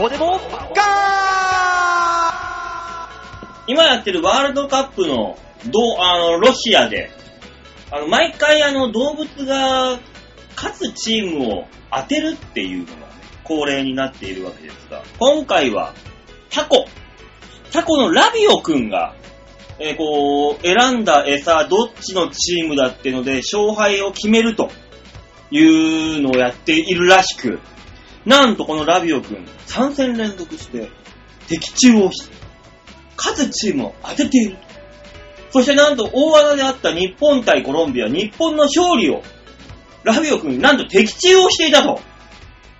こでもガ今やってるワールドカップの、どう、あの、ロシアで、あの、毎回あの、動物が勝つチームを当てるっていうのがね、恒例になっているわけですが、今回は、タコ。タコのラビオくんが、えーこう、選んだ餌、どっちのチームだってので、勝敗を決めるというのをやっているらしく、なんとこのラビオくん、3戦連続して、的中をし、勝つチームを当てている。そしてなんと大技であった日本対コロンビア、日本の勝利を、ラビオ君なんと的中をしていたと。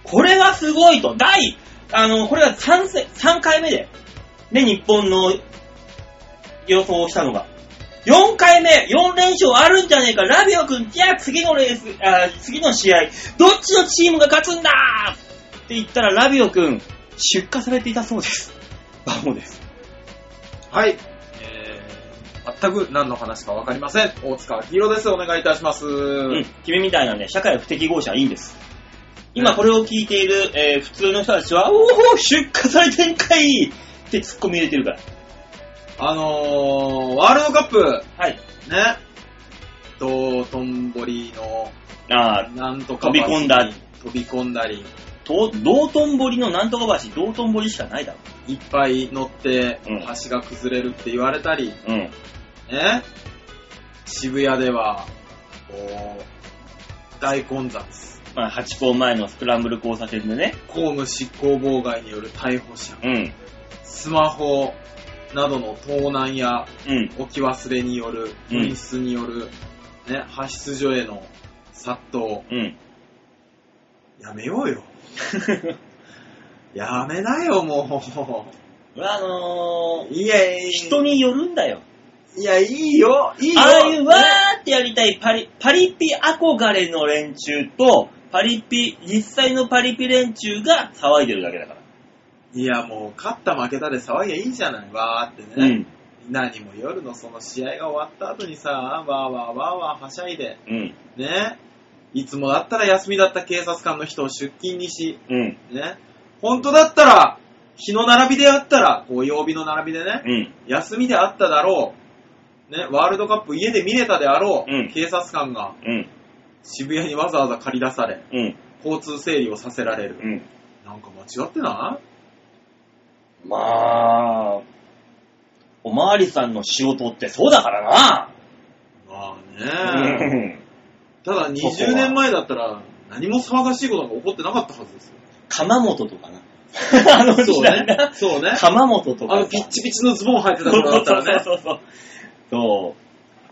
これはすごいと。第、あの、これが 3, せ3回目で、ね、日本の予想をしたのが。4回目、4連勝あるんじゃねえか、ラビオ君、じゃあ次のレース、あ次の試合、どっちのチームが勝つんだって言ったら、ラビオ君、出荷されていたそうです。バモです。はい。えー、全く何の話かわかりません。大塚明宏です。お願いいたします。うん、君みたいなね、社会不適合者はいいんです。今これを聞いている、えー普通の人たちは、おお出荷されてんかいって突っ込み入れてるから。あのー、ワールドカップ、はい。ね。道頓堀の、ああ、なんとか飛び込んだ。飛び込んだり、と道頓堀のなんとか橋、道頓堀しかないだろ。いっぱい乗ってうん、橋が崩れるって言われたり、うん。ね。渋谷では、こう、大混雑。まあ、八校前のスクランブル交差点でね。公務執行妨害による逮捕者、うん。スマホなどの盗難やうん。置き忘れによる、うん紛失による、ね、派出所への殺到。 うん。やめようよ。やめなよ、もあのう。いや、ー、人によるんだよ。いや、いいよ、いいよ。ああいうねわーってやりたいパリ、パリピ憧れの連中と、パリピ、実際のパリピ連中が騒いでるだけだから。いや、もう、勝った負けたで騒ぎゃいいじゃない、わーってね。。何も夜のその試合が終わった後にさ、わーわーわーわーはしゃいで、うん。ね。いつもだったら休みだった警察官の人を出勤にし、うん。ね。本当だったら、日の並びであったら、こう、曜日の並びでね、うん。休みであっただろう、ね、ワールドカップ家で見れたであろう、うん警察官がうん。渋谷にわざわざ借り出され、うん。交通整理をさせられる。うん。なんか間違ってなまあ、おまわりさんの仕事ってそうだからいまあな。ね、ん。ただそこは20年前だったら、何も騒がしいことが起こってなかったはずですよ。鎌本とか な。あの時代な。そうね。鎌本とかあさ。の、ピッチピチのズボン履いてそたう頃だったそうらね。そうそう。そう。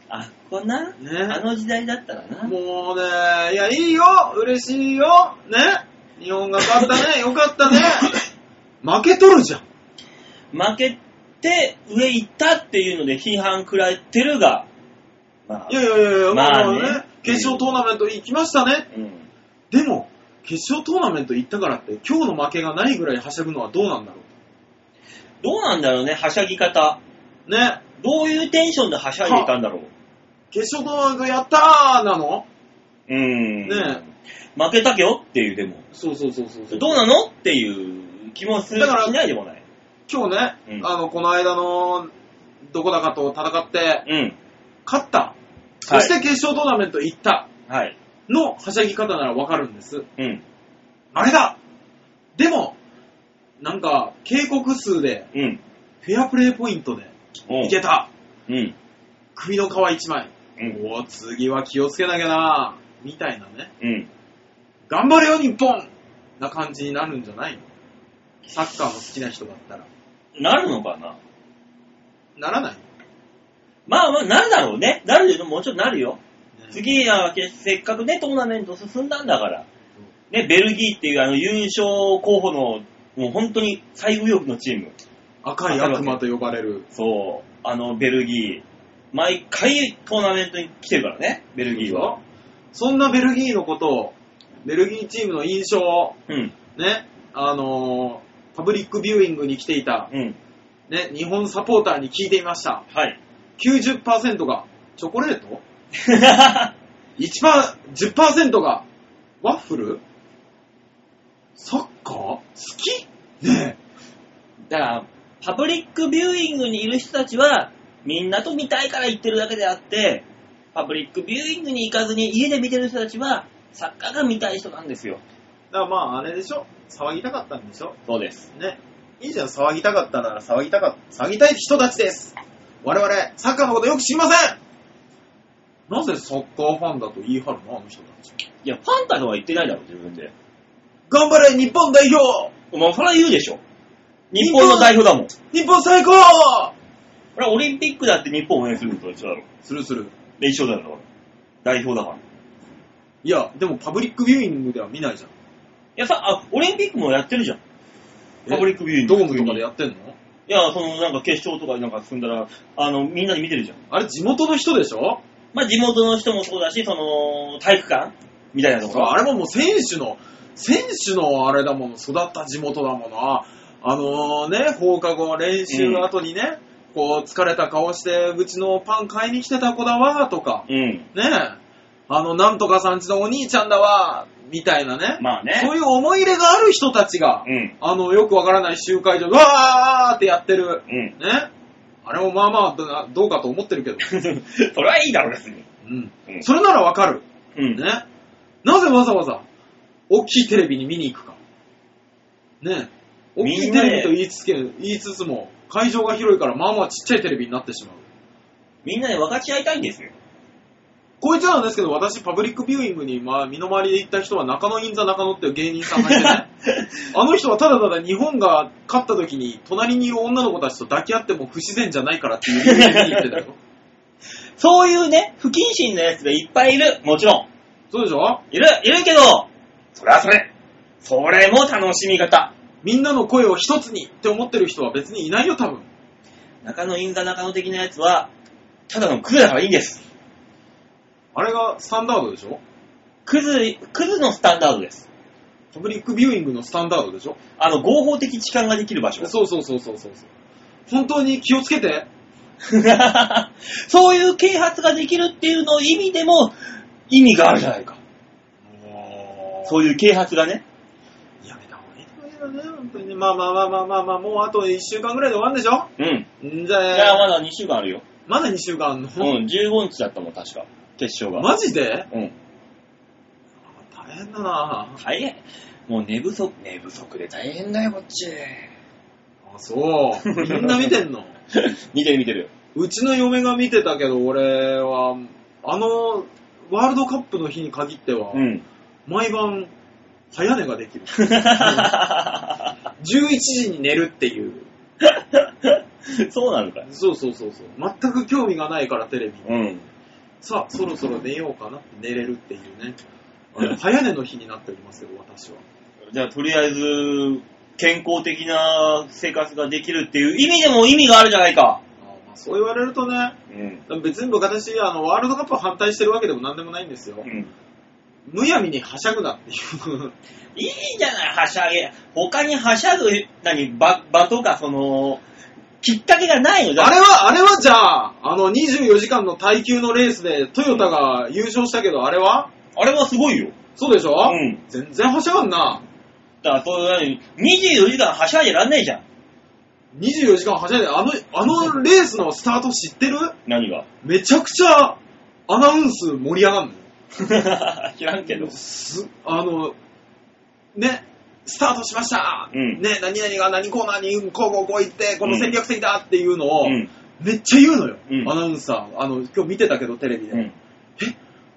あっこな。あねの時代だったらな。もうね、いや、いいよ嬉しいよね日本が勝った ねよかったね負けとるじゃん負けて上行ったっていうので批判食らってるが、まあいやいやいやいや、ままああねね、決勝トーナメント行きましたね。うん、でも、決勝トーナメント行ったからって、今日の負けがないぐらいはしゃぐのはどうなんだろどうなんだろうね、はしゃぎ方。う。ね、どういうテンションではしゃいでいたんだろう。決勝トーナメントやったーなのうん。ね負けたけよっていう、でも。そうそうそうそうそう。どうなのっていう気もするだからしないでもない。今日ね、うんあの、この間の、どこだかと戦って、うん。勝った。はそいして決勝トーナメント行った。はい。のはしゃぎ方ならわかるんです。うん。あれだでも、なんか、警告数で、うん。フェアプレーポイントで、おういけたうん。首の皮一枚。うん。おお、次は気をつけなきゃなみたいなね。うん。頑張れよ、日本な感じになるんじゃないのサッカーの好きな人だったら。なるのかなならない、まあまあ、なるだろうね。なるけど、もうちょっとなるよ。のね次は、けせっかくね、トーナメント進んだんだから。ね、ベルギーっていうあの優勝候補の、もう本当に最右翼のチーム。赤い悪魔と呼ばれる。そう。あの、ベルギー。毎回トーナメントに来てるからね、ベルギーは。そんなベルギーのことを、ベルギーチームの印象を、うん。ね、あのーパブリックビューイングに来ていた、うん。ね、日本サポーターに聞いてみました。 はい。 90%がチョコレート1パー、10%がワッフルサッカー好きねだから、パブリックビューイングにいる人たちは、みんなと見たいから行ってるだけであって、パブリックビューイングに行かずに家で見てる人たちは、サッカーが見たい人なんですよ。だからまあ、あれでしょ騒ぎたかったんでしょそうです。ね。いいじゃん、騒ぎたかったなら騒ぎたかった、騒ぎたい人たちです我々、サッカーのことよく知りませんなぜサッカーファンだと言い張るのあの人たち。いや、ファンタとは言ってないだろ、自分で。頑張れ、日本代表まあ、それは言うでしょ。日本の代表だもん。日本最高これはオリンピックだって日本応援するのと一緒だろ。するする。で、一緒だろ。代表だから。いいや、でもパブリックビューイングでは見ないじゃん。やさ、あ、オリンピックもやってるじゃん。パブリックビューイング。ドームとかでやってんのいや、その、なんか決勝とかになんか進んだら、あの、みんなで見てるじゃん。あれ地元の人でしょまあ、地元の人もそうだし、その、体育館みたいなところ。あれももう選手の、選手のあれだもの、育った地元だもの。あのね、放課後練習の後にね、こう疲れた顔して、うちのパン買いに来てた子だわ、とか、うん。ね、あの、なんとかさんちのお兄ちゃんだわ、みたいなね、まあね。そういう思い入れがある人たちが、うん。あの、よくわからない集会所、うわーってやってる。うん。ね。あれもまあまあどな、どうかと思ってるけど。 それはいいだろ、別に。うんうんそれならわかる。うん。ね。なぜわざわざ、大きいテレビに見に行くか。ね。大きいテレビと言いつつけ言いつつも、会場が広いから、まあまあちっちゃいテレビになってしまう。みんなで分かち合いたいんですよ。こいつなんですけど、私、パブリックビューイングに、まあ、身の回りで行った人は、中野銀座中野っていう芸人さんがいて ね、あの人はただただ日本が勝った時に、隣にいる女の子たちと抱き合っても不自然じゃないからっていう理由で見に行ってたよ。そういうね、不謹慎なやつがいっぱいいる。もちろん。そうでしょいる、いるけど、それはそれ。それも楽しみ方。みんなの声を一つにって思ってる人は別にいないよ、多分。中野銀座中野的なやつは、ただのクズだからいいんです。あれがスタンダードでしょクズ、クズのスタンダードです。パブリックビューイングのスタンダードでしょあの、合法的痴漢ができる場所。そうそうそうそうそうそう。本当に気をつけて。 そういう啓発ができるっていうの意味でも、意味があるじゃないか。そそうういう啓発がね。やめた方がいいと思うけどね、本当にね。まあまあまあまあまあまあ、もうあと1週間ぐらいで終わるんでしょうん。んじゃいや、あまね、だ2週間あるよ。まだ2週間あんの、うん、15日だったもん、確か。決勝が。マジでうん。大変だなぁ。大変。もう寝不足、寝不足で大変だよ、こっ ち。あ、そう。みんな見てん の見てる見てる。うちの嫁が見てたけど、俺は、あの、ワールドカップの日に限っては、うん。毎晩、早寝ができる。そ11時に寝るっていう。うなのかい。そうそうそうそう。全く興味がないからテレビに。うん。さあ、そろそろ寝ようかなって寝れるっていうね。あの早寝の日になっておりますよ、私は。じゃあ、とりあえず、健康的な生活ができるっていう意味でも意味があるじゃないか。あまあそう言われるとね、うん。別に僕私、あの、ワールドカップ反対してるわけでも何でもないんですよ。むやみにはしゃぐなっていう。いいじゃない、はしゃげ。他にはしゃぐ、何、場、場とか、その、きっかけがないのじゃあれは、あれはじゃあ、あの、24時間の耐久のレースでトヨタが優勝したけど、あれはあれはすごいよ。そうでしょうん全然はしゃがんな。だから、そういう、何24時間はしゃいでらんねえじゃん。 24時間はしゃいで、あの、あのレースのスタート知ってる何が。めちゃくちゃアナウンス盛り上がんのよ。 知らんけど。すあの、ね、スタートしました、うんね、何々が何コーナーにこうこうこう行って、この戦略的だっていうのを、うん。めっちゃ言うのよ、うんアナウンサー。あの、今日見てたけど、テレビで。うん。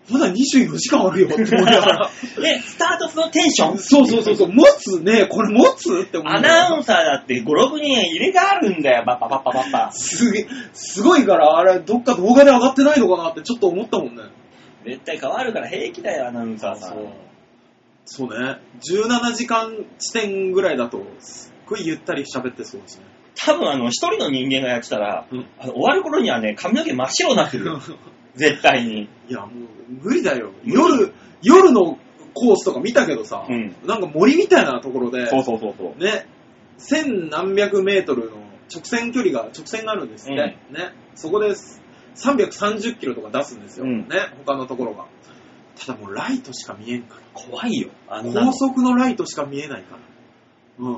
まだ24時間あるよって思いながら。で、スタートそのテンシ ョンそうそうそうそう、持つね、これ持つって思いアながらナウンサーだって5、6人入れ替わるんだよ、バッパバッパバッパ。すげえ、すごいから、あれ、どっか動画で上がってないのかなってちょっと思ったもんね。絶対変わるから平気だよ、アナウンサーさん。そうね、17時間地点ぐらいだと、すっごいゆったり喋ってそうですね。多分あの、一人の人間がやってたら、うんあの終わる頃にはね、髪の毛真っ白になってるよ。絶対に。いや、もう無理だよ。夜、夜のコースとか見たけどさ、うんなんか森みたいなところで、そうそうそうそう。ね、千何百メートルの直線距離が、直線があるんですって、うんね、そこです330キロとか出すんですよ、うんね、他のところが。ただもうライトしか見えんか怖いよ、あら、んなの高速のライトしか見えないから。うん。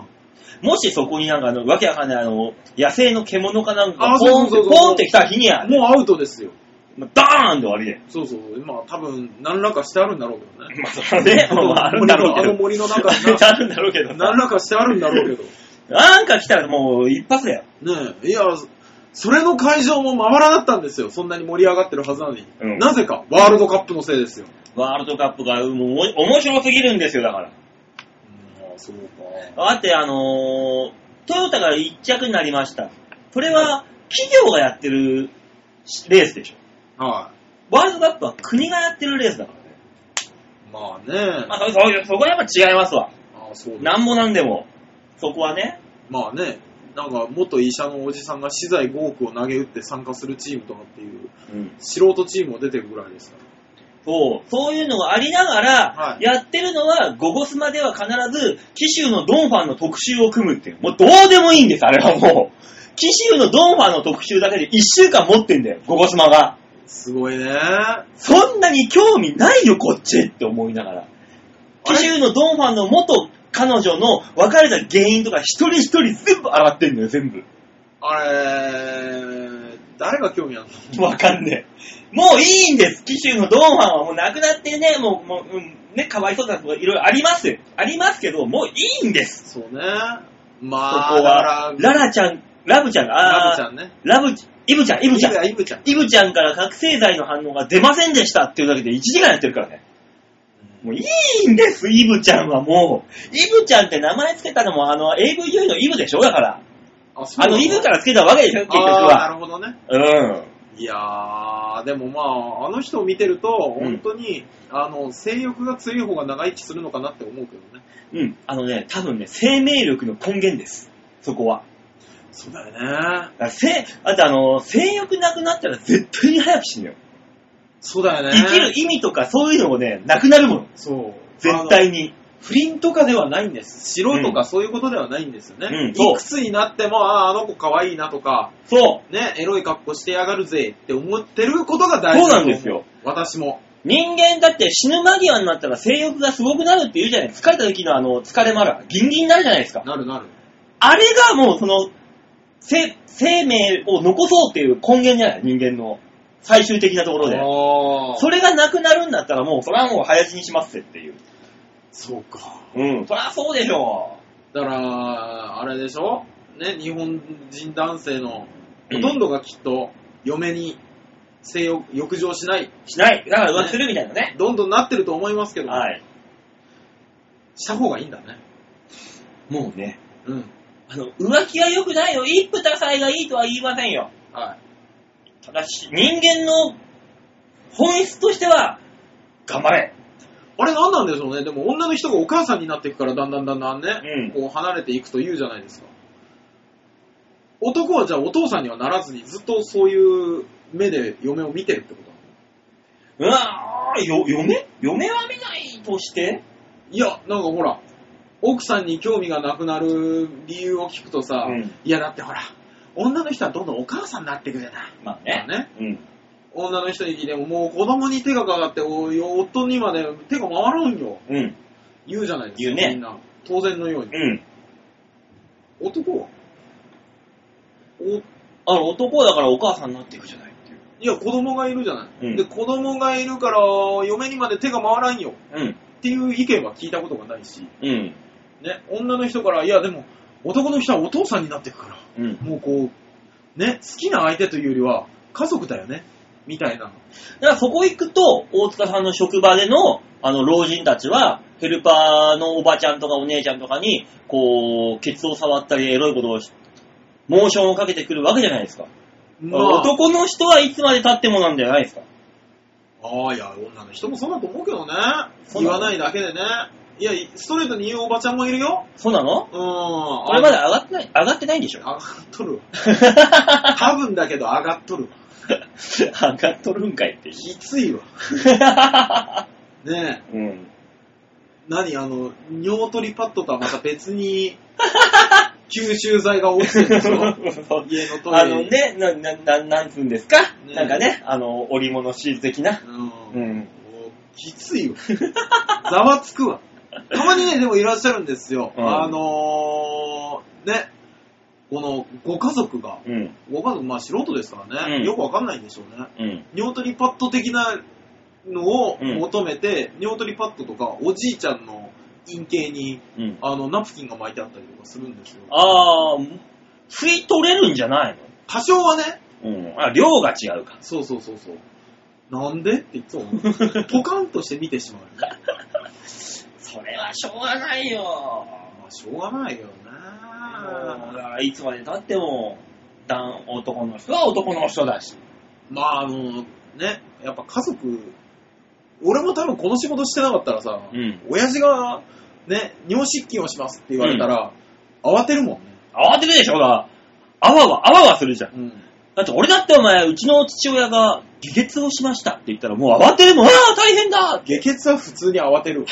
もしそこになんかあの、わけわかんないあの、野生の獣かなんかあがポーンって、そうそうそうそうポーンって来た日には、もうアウトですよ。まあダーンって終わりで。そうそう。まあ多分、何らかしてあるんだろうけどね。まあ、それは ね、 まああるんだろうけど。あの森の中になあるんだろう けど何な。らかしてあるんだろうけど。なんか来たらもう一発だよ。ねえ、いや、それの会場もまばらだったんですよ。そんなに盛り上がってるはずなのに。うんなぜか、ワールドカップのせいですよ。ワールドカップがもう面白すぎるんですよ、だから。あそうか。だって、あのートヨタが一着になりました。これは企業がやってるレースでしょ。はワールドカップは国がやってるレースだからね。い。まあね。まあ、そそそこはやっぱ違いますわ。ああそうだなんもなんでも。そこはね。まあね。なんか、元医者のおじさんが資材5億を投げ打って参加するチームとかっていう、うん。素人チームも出てるぐらいですかそう。そういうのがありながら、はいやってるのは、ゴゴスマでは必ず、紀州のドンファンの特集を組むっていう。もうどうでもいいんです、あれはもう。紀州のドンファンの特集だけで1週間持ってんだよ、ゴゴスマが。ら。すごいね。そんなに興味ないよ、こっちって思いながら。あれ紀州のドンファンの元彼女の別れた原因とか一人一人全部洗ってんだよ、全部。あれ、誰が興味あるのわかんねえ。もういいんです、紀州のドンファンは。もうなくなってね、もう、もう、うん、ね、かわいそうなこといろいろあります。ありますけど、もういいんです、そうね。ここまあ、は。だからララちゃん、ラブちゃんが、ラあブーちゃんね。ラブちゃん、イブちゃん、イブちゃん。イブちゃん。イブちゃんから覚醒剤の反応が出ませんでしたっていうだけで1時間やってるからね。もういいんです、イブちゃんはもう。イブちゃんって名前つけたのも、あの、AV 優位のイブでしょだから。あ、そうあの、イブからつけたわけでしょ結局ああ、なは。るほどね。うん。いやー、でもまあ、あの人を見てると、う本ん当に、あの、性欲が強い方が長生きするのかなって思うけどね。うん。あのね、多分ね、生命力の根源です。そこは。そうだよね。だせ、あとあの、性欲なくなったら絶対に早く死ぬよ。そうだよね。生きる意味とかそういうのもね、なくなるもん。そう。絶対に。あの。不倫とかではないんです。白とかそういうことではないんですよね。うんそういくつになっても、ああ、あの子可愛いなとか、そう。ね、エロい格好してやがるぜって思ってることが大事だと思そうなんですよ。私も。人間だって死ぬ間際になったら性欲がすごくなるって言うじゃない疲れた時のあの、疲れまら、ギンギンになるじゃないですか。なるなる。あれがもうその、せ生命を残そうっていう根源じゃない人間の最終的なところで。あーそれがなくなるんだったらもう、それはもう林にしますぜっていう。そうか。うん。そりゃそうでしょだから、あれでしょね、日本人男性のうほんとんどがきっと嫁に性欲欲情しない、う。しない。だから浮気するみたいなね。どんどんなってると思いますけど、はい。した方がいいんだね。もうね。うん。あの、浮気は良くないよ。一夫多妻がいいとは言いませんよ。はい。ただし、人間の本質としては、頑張れ。あれ何なんでしょうね。でも女の人がお母さんになっていくからだんだんだんだんね、うこう離れていくと言うじゃないですか。男はじゃあお父さんにはならずにずっとそういう目で嫁を見てるってことうわーよ、嫁嫁は見ないとしていや、なんかほら、奥さんに興味がなくなる理由を聞くとさ、うんいやだってほら、女の人はどんどんお母さんになってくるな。まあね。ねうん。女の人に聞いても、もう子供に手がかかって、おい夫にまで手が回らんよ。うん。言うじゃないですか。言うねみんな。当然のように。うん。男はおいあの、男だからお母さんになっていくじゃないっていう。や、子供がいるじゃない。うんで、子供がいるから、嫁にまで手が回らんよ。うん。っていう意見は聞いたことがないし、うん。ね、女の人から、いやでも、男の人はお父さんになってくから。うん。もうこう、ね、好きな相手というよりは、家族だよね、みたいな。だからそこ行くと、大塚さんの職場での、あの、老人たちは、ヘルパーのおばちゃんとかお姉ちゃんとかに、こう、ケツを触ったり、エロいことをし、モーションをかけてくるわけじゃないですか。まあ、男の人はいつまで経ってもなんじゃないですか。ああ、いや、女の人もそうだと思うけどね。そう言なのわないだけでね。いや、ストレートに言うおばちゃんもいるよ。そうなうのーん。ここれまで上がってない、上がってないんでしょ上がっとるわ。多分だけど上がっとるわ。 上がっとるんかいって。きついわ。 ねえ、うん。何あの、尿取りパッドとはまた別 に、吸収剤が落ちてるでしょ。家のトイレあにの。ね、な、な、ななんつうんですか、ねなんかね、あの、織物シール的な。うんうん。もうきつ いわ。ざわつくわ。たまにね、でもいらっしゃるんですよ。うんあのね、このご家族が、うん。ご家族、まあ素人ですからね、うんよくわかんないんでしょうね。うん。尿取りパッド的なのをうん求めて、尿取りパッドとか、おじいちゃんの陰茎に、うん。あの、ナプキンが巻いてあったりとかするんですよ。あー、吸い取れるんじゃない多少はね、のうん。あ、量が違うか。そうそうそうそう。なんでっていつも思 うポカンとして見てしまうよね。それはしょうがないよ。まあ、しょうがないよもうだなからいつまで経っても、男、男の人は男の人だし。まあ、あの、ね、やっぱ家族、俺も多分この仕事してなかったらさ、うん親父が、ね、尿失禁をしますって言われたら、慌てるもんね。慌てるでしょが、あわわ、あわわするじゃん。うん。だって俺だってお前、うちの父親が、下血をしましたって言ったら、もう慌てるもん、ああ、大変だ下血は普通に慌 てるわ。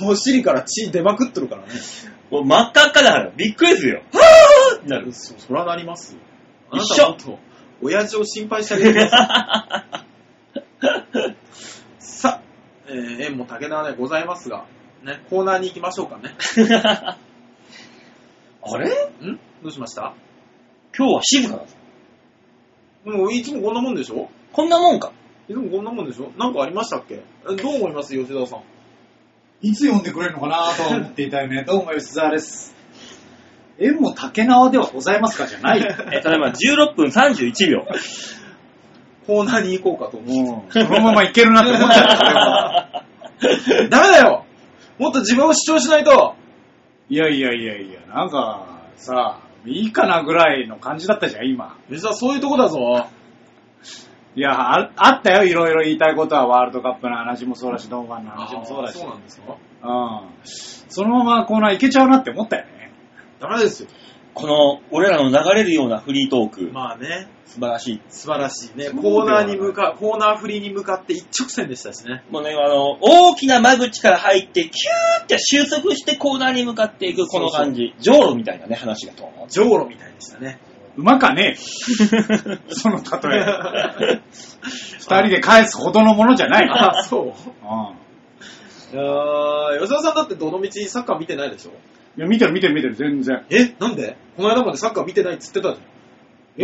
もう尻から血出まくっとるからね。もう真っ赤っかだから、びっくりするよ。はぁーってなる。そそらなりますよ。あな一た緒はもっと、親父を心配してあげてくださ い。さあ、えー縁も竹縄でございますが、ね、コーナーに行きましょうかね。あれんどうしました今日は静かだぞ。もういつもこんなもんでしょこんなもんか。いつもこんなもんでしょなんかありましたっけえどう思います吉田さん。いつ読んでくれるのかなと思っていたよね。どうも吉沢です。 縁も竹縄ではございますかじ ゃない。え、ただいま16分31秒。コーナーに行こうかと思う。もう、そのままいけるなって思っちゃった俺は。 ダメだよもっと自分を主張しないといやいやいやいや、なんか、さ、いいかなぐらいの感じだったじゃん、今。吉田そういうとこだぞ。いや、ああったよ、いろいろ言いたいことは、ワールドカップの話もそうだし、動画の話もそうだし。そうなんですかうん。そのままコーナーいけちゃうなって思ったよね。ダメですよ。この、俺らの流れるようなフリートーク、まあね、素晴らしい。素晴らしいね。そうコーナーに向か、コーナー振りに向かって一直線でしたしね。もうね、あの、大きな間口から入って、キューって収束してコーナーに向かっていく、この感じ。ジョーロみたいなね、話がと思上路みたいでしたね。うまかねえ。その例え。 二人で返すほどのものじゃない。ああ、そう。うん。いやー吉田さんだってどの道サッカー見てないでしょいや、見てる見てる見てる、全然。えなんでこの間までサッカー見てないっつってたじ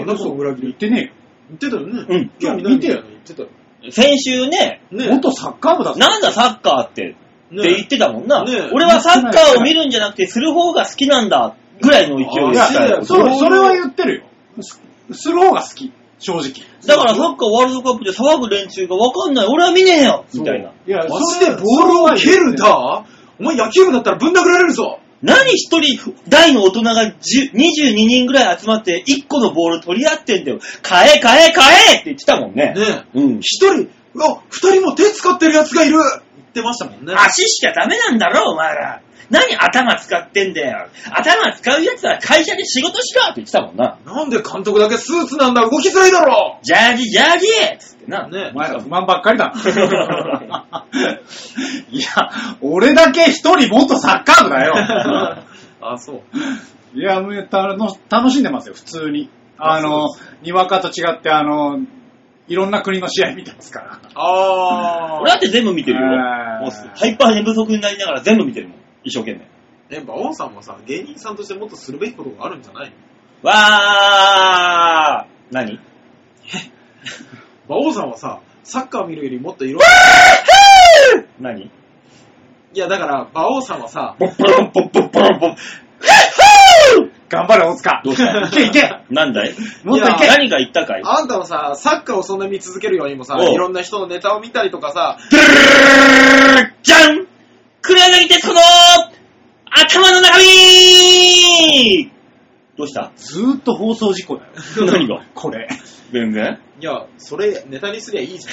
ゃん。なんだその裏切言っり。てね言ってたよね。うん興味ないみたいなの言ってたよ。う。先週ね、えねよ。元サッカー部だぞ。なんだサッカーって、ねって言ってたもんな。ねえ俺はサッカーを見るんじゃなくて、する方が好きなんだ、ぐらいの勢いいでやし知らたなよい。そう、それは言ってるよ。すする方が好き、正直。だからサッカーワールドカップで騒ぐ連中がわかんない、俺は見ねえよみたいな。いやマジでボールを蹴るだお前野球部だったらぶん殴られるぞ何一人、大の大人が10 22人ぐらい集まって、1個のボール取り合ってんだよ。買え買え買えって言ってたもんね。ねうん。一人、うわ、二人も手使ってる奴がいる言ってましたもんね。足しちゃダメなんだろ、お前ら。何頭使ってんだよ。頭使うやつは会社で仕事しろって言ってたもんな。なんで監督だけスーツなんだ動きづらいだろジャージ、ジャージつって な。ねお前ら不満ばっか りだな。いや、俺だけ一人元サッカー部 だよ。 あ、そう。いや、もうたの楽しんでますよ、普通に。あの、にわかと違って、あの、いろんな国の試合見てますから。あ俺だって全部見てるよ。えーもうハイパー寝不足になりながら全部見てるもん。一生懸命。ね、馬王さんもさ、芸人さんとしてもっとするべきことがあるんじゃないのわー何馬王さんはさ、サッカー見るよりもっといろん何いや、だから、馬王さんはさ、ボッポロンポッポッポロンポッ。頑張れ、大塚。どうしたいけいけ。なんだいもっといいやけ。何か言ったかいあんたもさ、サッカーをそんな見続けるよりもさ、おいうろんな人のネタを見たりとかさ、じゃん黒柳徹子の頭の中身どうしたずーっと放送事故だよ。何がこれ。全然いや、それネタにすりゃいいじ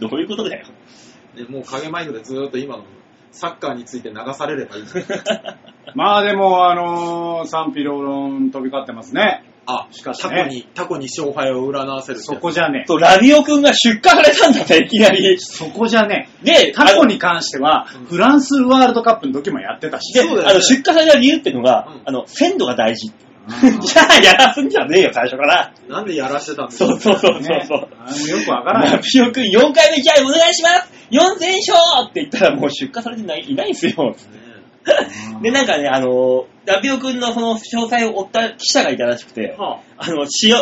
どういうことだよ。ゃん。ね、もう影マイクでずーっと今のサッカーについて流されればいいじゃん。 まあでも、あのー賛否両論飛び交ってますね。あ、しかしタねコに、タコに勝敗を占わせるってそこじゃねそう、ラビオくんが出荷されたんだね、いきなりえ。。そこじゃねえ。で、過去に。に関してはうん、フランスワールドカップの時もやってたしで、。そうだよねあの、出荷された理由ってのが、うんあの、鮮度が大事。うんじゃあ、やらすんじゃねえよ、最初から。なんでやらしてたんですそうそうそうそうねそう。あのよくわからなラ い。ピオくん4回目試合お願いします !4000 勝って言ったらもう出荷されてないいないんすよ。ねで、なんかね、あの、ラビオ君のその詳細を追った記者がいたらしくて、はあの、塩、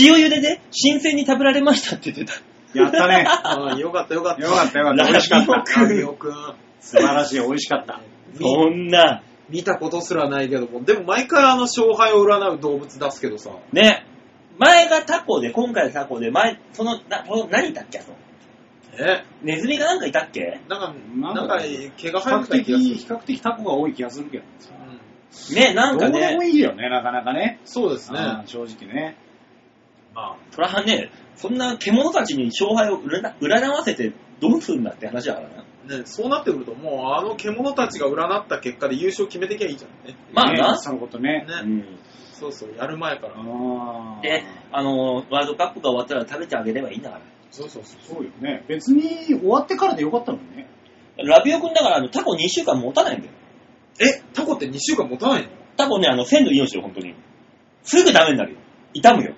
塩茹でで新鮮に食べられましたって言ってた。やったね。あ、うんよかったよかった。よかったよ かった。ラ美味しかっジオた。ラビオくん。素晴らしい、美味しかった。みそんな、見たことすらないけども、でも毎回あの勝敗を占う動物出すけどさ、ね。前がタコで、今回タコで、前、その、な、その何いたっけそのえネズミがなんかいたっけなんか、ななんんだかろう毛が比生え較てた的、気がする比。較的タコが多い気がするけど。うんね、なんかどうでもね、いいよね、なかなかね。そうですね。うん正直ね。まあそらね、そんな獣たちに勝敗を占占わせてどうするんだって話だからな。ね、そうなってくると、もうあの獣たちが占った結果で優勝決めてきゃいいじゃんね。まあねなそのことね。うねん。そうそう、やる前から。あーで、あの、ワールドカップが終わったら食べてあげればいいんだかそうそうそう。そうよね。別に終わってからでよかったもんね。ら。ラビオ君だからあのタコ2週間持たないんだよ。え、タコって2週間持たないのタコね、あの、鮮度命よ、本当に。すぐダメになるよ。痛むよ。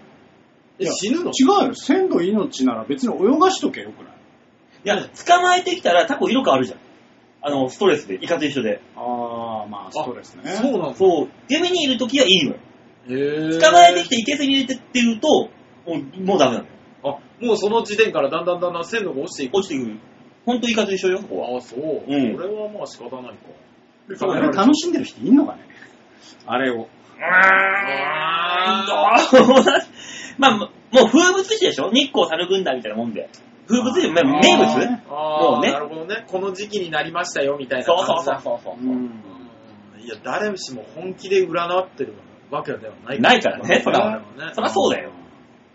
いえ、や死ぬの違うよ、鮮度命なら別に泳がしとけよくないいや、捕まえてきたらタコ色変わるじゃん。あの、ストレスで、イカと一緒で。ああ、まあストレスね。そうなんだ。そう、海にいるときはいいのよ。へー捕まえてきて、いけずに入れてって言うと、もうもうダメなのよ。あ、もうその時点からだんだんだんだん鮮度が落ちていく。落ちてくる。ほんとイカと一緒よ、そこは。あ、そう。こうんれはまあ仕方ないか。あれ楽しんでる人いんのかねあれを。うーんどうまあ、もう風物詩でしょ日光猿軍団みたいなもんで。風物詩、まああー名物あもあ、うねなるほどね。この時期になりましたよ、みたいなそう感じだ。そうそうそうそうう。ん。うんいや、誰しも本気で占ってるわけではないないからね、そまあら。まあねそらそうだよ。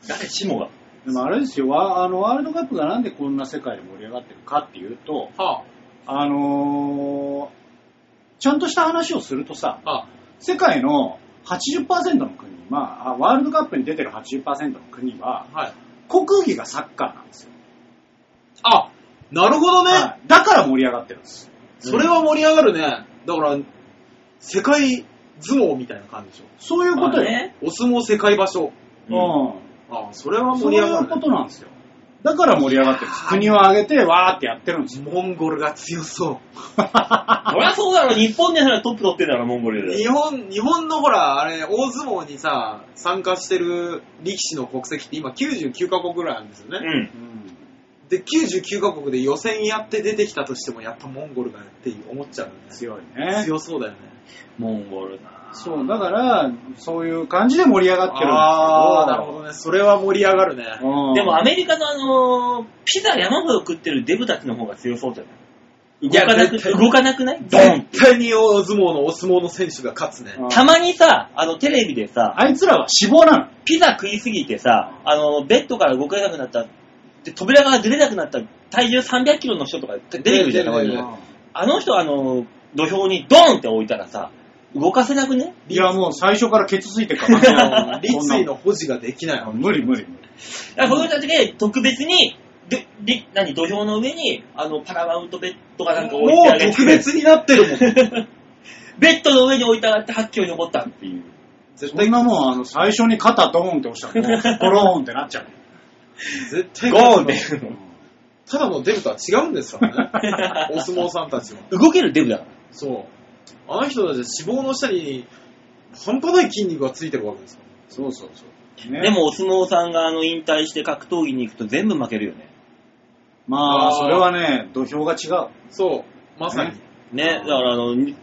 誰しもが。でもあれですよ、ワあのワールドカップがなんでこんな世界で盛り上がってるかっていうと、はあのーちゃんとした話をするとさ、あ、は世界の80%の国は、あワールドカップに出てる80%の国は、あ、はい。国技がサッカーなんですよ。あ、なるほどね。はいだから盛り上がってるんです。それは盛り上がるね。だから、世界相撲みたいな感じでしそういうこまとあよ。ね。ょ。お相撲世界場所。うんうん。ああ、それはそ盛うりい上がうる、こね。となんですよ。だから盛り上がってるんです。国を挙げて、わーってやってるんですよ。モンゴルが強そう。そりゃそうだろ、日本でならトップ取ってんだから、モンゴルで。日本、日本のほら、あれ、大相撲にさ、参加してる力士の国籍って今99カ国ぐらいあるんですようね。ん。うんで、99カ国で予選やって出てきたとしても、やっぱモンゴルがって思っちゃうよね。強いね。強そうだよね。モンゴルなぁそう、だから、そういう感じで盛り上がってるんですけど。ああ、なるほどね。それは盛り上がるね。うんでもアメリカのあのーピザ山ほど食ってるデブたちの方が強そうじゃない動かなくいや絶対動かなくないドン絶対に大相撲のお相撲の選手が勝つね。うんたまにさ、あのテレビでさ、あいつらは脂肪なの。ピザ食いすぎてさ、あの、ベッドから動けなくなった、で扉が出れなくなった体重300キロの人とか出てくるじ出てゃなくいる出てくるあの人あの、土俵にドンって置いたらさ、動かせなくねいや、もう最初からケツついてる から。立位の保持ができない。そんな。無理無理。だからそういう人たちが特別に、で、で、何、土俵の上に、あの、パラマウントベッドかなんかも置いてあうげて。特別になってるもん。ベッドの上に置いてあがって発狂に登ったっていう。絶そん対、なもん、あの、最初に肩ドーンって押 したら、もうゴローンってなっちゃう。絶対ゴーン勝つのって。ただのデブとは違うんですからね。お相撲さんたちは。動けるデブだから。そう。あの人たちは脂肪の下に半端ない筋肉がついてるわけですから。そうそうそう。ねで、もお相撲さんがあの引退して格闘技に行くと全部負けるよね。まああ、ーそれはね、土俵が違う。そう。まさにね、ね。だからあの、ね、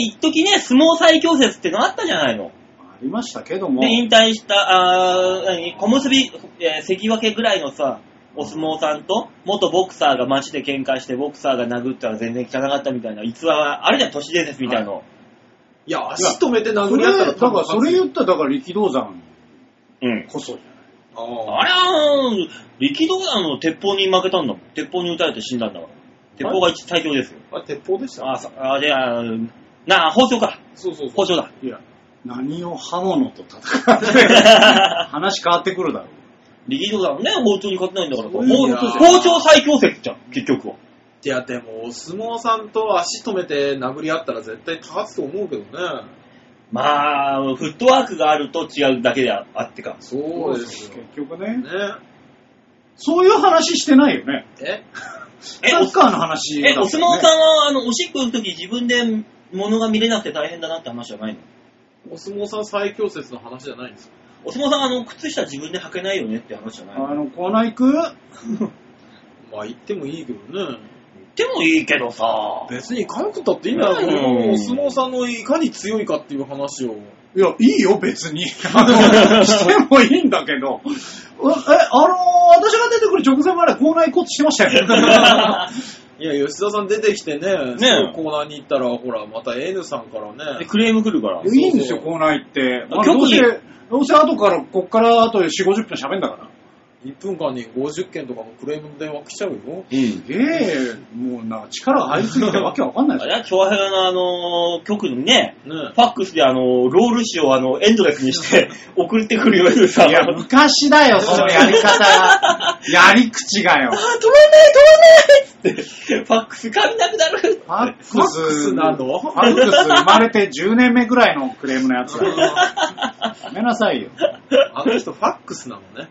一時ね、相撲最強説ってのあったじゃないの。ありましたけども。で、引退した、あー何小結び、えー関脇ぐらいのさ、お相撲さんと、元ボクサーが街で喧嘩して、ボクサーが殴ったら全然汚かったみたいな逸話は、あれじゃん、都市伝説みたいの。いや、足止めて殴そりれ、合ったらだからそれ言ったら、だから力道山うん。こそじああれは、力道山の鉄砲に負けたんだもん。鉄砲に撃たれて死んだんだから。鉄砲が一最強ですよ。あれ鉄砲でしたあ、そあ、で、あなあ、包丁か。そうそうそ包う。丁だ。ゃん。いや、何を刃物と戦って、話変わってくるだろう。力道山ね、包丁に勝てないんだからさ。そういう包の丁包丁最強説じゃん、結局は。いや、でも、お相撲さんと足止めて殴り合ったら絶対勝つと思うけどね。まあ、フットワークがあると違うだけであってか。そうですよ。ね結局ね。そういう話してないよね。ええサッカーの話だえ、もんねお相撲さんは、あの、おしっこの時自分でものが見れなくて大変だなって話じゃないのお相撲さん最強説の話じゃないんですかお相撲さん、あの、靴下自分で履けないよねって話じゃないのあの、コーナー行くまあ言ってもいいけどね。でもいいけどさ。別に韓国だっていいんだよ。うんこのお相撲さんのいかに強いかっていう話 を。いや、いいよ、別に。あの、してもいいんだけど。うえ、あの私が出てくる直前までコーナー行こうとしてました よ。いや、吉田さん出てきてね、ねそのコーナーに行ったら、ほら、また N さんからでね。クレーム来るから。いいんですよ、コーナー行って。まあ、どう局せ、どうせ後から、こっからあと4、50分喋んだから。 1分間に50件とかのクレームの電話来ちゃうよ。うん。ええもうなんか力が入りすぎてわけわかんない あでれは、長平のあのー局にね、 ねファックスであのーロール紙をあの、エンドレスにして 送ってくるようにさ。す。いや、昔だよ、そのやり方が。やり口がよ。あ、飛ばない飛ばないっつって、ファックス紙なくなる。ファッファクックスス、なのファックス生まれて10年目ぐらいのクレームのやつだよ。やめなさいよ。あの人ファックスなの ね。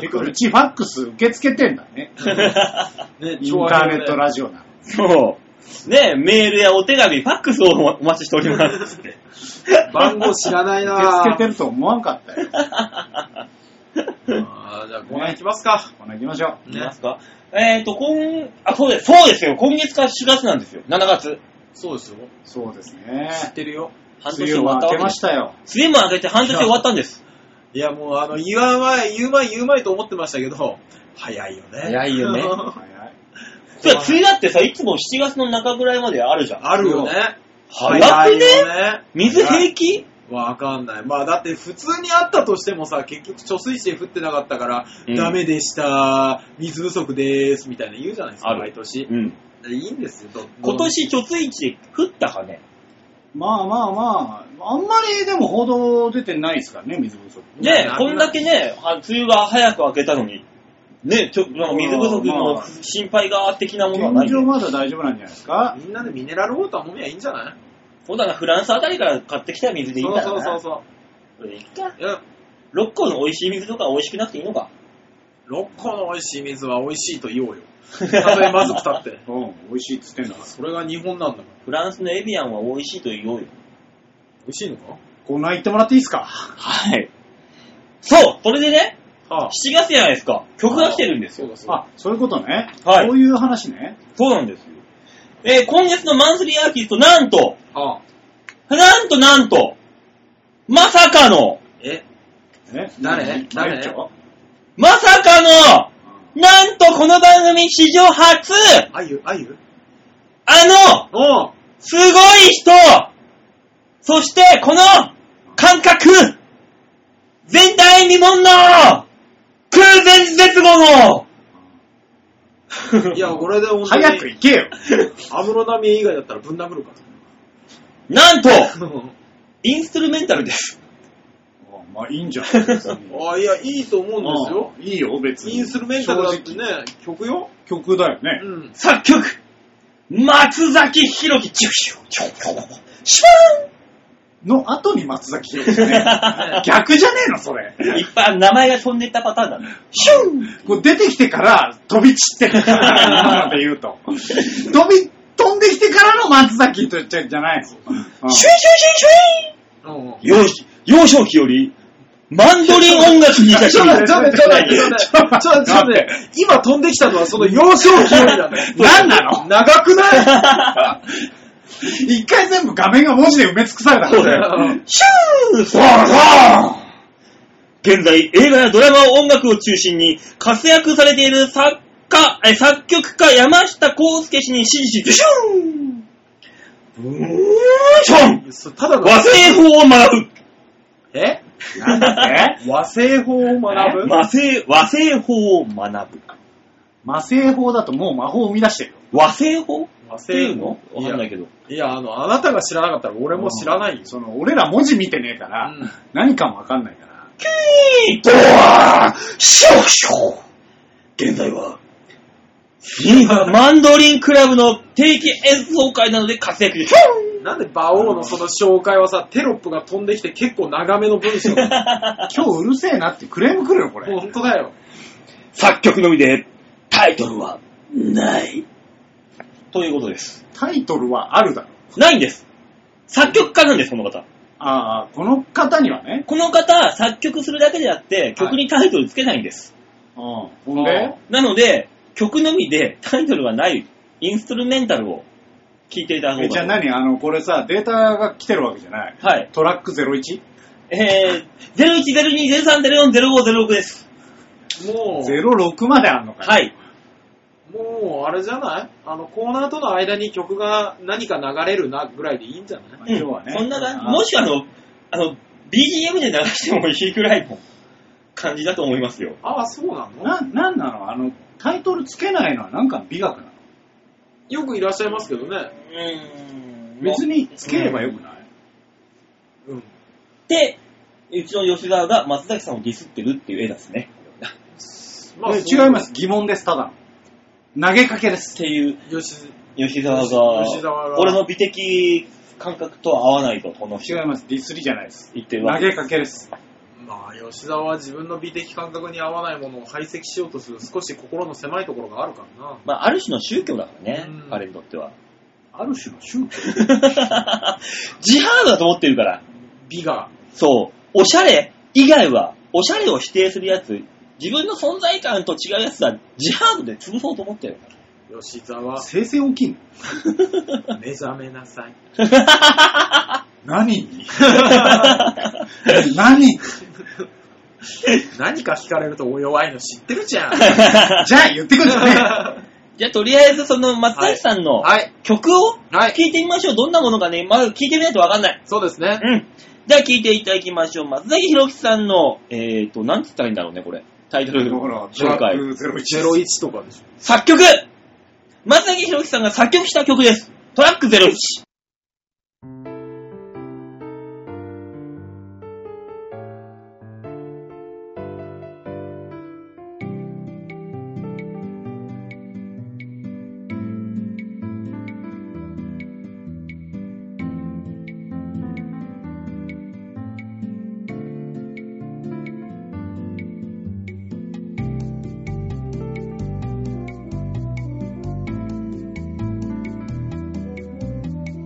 てか、うちファックス受け付けてんだね。ねインターネットラジオなの。そう。ねメールやお手紙、ファックスをお待ちしておりますっつって。番 号知らない受けな付けてると思わんかったよ。あーじゃあコーナー行きますか。こんな行きましょいねきますかえっ、ー、と、今、あ、そうです。そうですよ。今月から4月なんですよ。7月。そうですよう。。そうです知っね。てるよ。半年梅終雨わもった明けわけまでしす。たよ。梅雨も明けて半年終わったんです。いや、もう、あの、言わない、言う前、言う前と思ってましたけど、早いよね。早いよね早い。それ梅雨だってさ、いつも7月の中ぐらいまであるじゃ ん。あるよね。早くね早いよね水平気わかんない。まあだって普通にあったとしてもさ、結局貯水池降ってなかったから、うんダメでした、水不足でーす、みたいな言うじゃないですあか、る毎年。うん。いいんですよ、ど今。年貯水池降ったかね。まあまあまあ、あんまりでも報道出てないですからね、水不足。いやねなくなこんだけね、あ梅雨が早く明けどのに、ねちょなんか水不足まのあ心配が的なものはない現よ状。まだ大丈夫なんじゃないですか。みんなでミネラルウォーター飲みゃいいんじゃないそうだな、フランスあたりから買ってきた水でいいんだそような。そうそうこれでいっか。そう。いや、六甲の美味しい水とか美味しくなくていいのか。六個の美味しい水は美味しいと言おうよ。たとえまずくたって。うん、美味しいっつってんだから。それが日本なんだから。フランスのエビアンは美味しいと言おうよ。美味しいのかコーナー行ってもらっていいですかはい。そうそれでね、はあ。 7月じゃないですか。曲が来てるんですそよ。うだそうだ。あ、そういうことね。はいそういう話ね。そうなんですよ。えー今月のマンスリーアーティスト、なんと、はあ。なんとなんと、まさかの、え、え誰何誰隊長まさかの、うんなんとこの番組史上初、あゆ、あゆあおの、うすごい人、そしてこの感覚、全体未聞の、空前絶後の、いや、これで本当に。早く行けよ。 安室奈美恵以外だったらぶん殴るか なんと、ら。インストゥルメンタルです。あまあいいんじ ゃないですか。あいや、いいと思うんですよ。うんいいよ、別に。インスルメンタルだって正ね、曲よ。直曲だよね。うん。。作曲、松崎弘樹、チュッシュチュッシュシの後に松崎弘樹ね 逆じゃねえの、それ。ューンいっぱい名前が飛んでったパターンだね。シューンこう出てきてから飛び散ってるから、今ので言うと。飛び、飛んできてからの松崎と言っちゃうんじゃないの。うんシュイシュイシュイシュイうん幼少幼少期より、マンドリン音楽にいたちょっと待って、ちょっと待って、ちょっと待って、ちょっと待ってちょっと待待って、今飛んできたのはその幼少期よりだ ね。何なの長くない一回全部画面が文字で埋め尽くされたそうかだらね。よ。シューそうそう現在、映画やドラマ、音楽を中心に活躍されている作家、え作曲家山下康介氏に支持し、シューンブーションそうただの、和製法を学ぶえなんだって和製法を学ぶ和製、和製法を学ぶ。魔性法だともう魔法を生み出してるよ。和製法和ってい製うのわかんないけど。いや、あの、あなたが知らなかったら俺も知らないよ。その、俺ら文字見てねえから、うん何かもわかんないから。ドアショーショー現在は、マンドリンクラブの定期演奏会などで活躍できる。なんで馬王のその紹介はさ、テロップが飛んできて結構長めの文章。 今日うるせえなってクレーム来るよ、これ。本当だよ。作曲のみで、タイトルは、ない。ということです。タイトルはあるだろ。ないんです。作曲家なんです、この方。ああ、この方にはね。この方、作曲するだけであって、曲にタイトルつけないんです。うん。ほんでなので、曲のみでタイトルがないインストゥルメンタルを聴いていただこうえじゃあかと。何あの、これさ、データが来てるわけじゃない。はい。トラック 01?01 えー、0102、03、04、05、06です。もう、 06まであんのかよはい。もう、あれじゃないあの、コーナーとの間に曲が何か流れるな、ぐらいでいいんじゃないまあうん今日はね。そんな感じ。あーもしくはあの、あの、BGM で流してもいいぐらいの感じだと思いますよ。ああ、そうなのな、なんなのあの、タイトルつけないのはなんか美学なのよくいらっしゃいますけどねう。ーん。別につければよくない、うん。で、うちの吉沢が松崎さんをディスってるっていう絵なんですね。まあ、えそう違います。。疑問です、ただの。投げかけです。っていう吉吉沢が、吉沢が俺の美的感覚とは合わないと、この違人います。ディスりじゃないです。言ってるわ投け。げかけです。まあ、吉沢は自分の美的感覚に合わないものを排斥しようとする少し心の狭いところがあるからな。まあ、ある種の宗教だからねうん、彼にとっては。 ある種の宗教。ジハードだと思ってるから。美が。そう。おしゃれ以外は、おしゃれを否定するやつ、自分の存在感と違うやつは、ジハードで潰そうと思ってる から。吉沢、生成起きんの目覚めなさい。何 に何に何か聞かれるとお弱いの知ってるじ ゃん。じゃあ言ってくんじゃねじゃあ、とりあえず、その、松崎さんのはい。曲をはい。聞いてみましょう。どんなものかね、まだ聞いてみないとわかんない。そうですね。うん。じゃあ、聞いていただきましょう。松崎弘樹さんの、えーと、なんつったらいいんだろうね、これ。タイトえ。ルだから、ト紹ラ介。ック01。 01とかでしょ。作曲松崎弘樹さんが作曲した曲です。トラック01。 「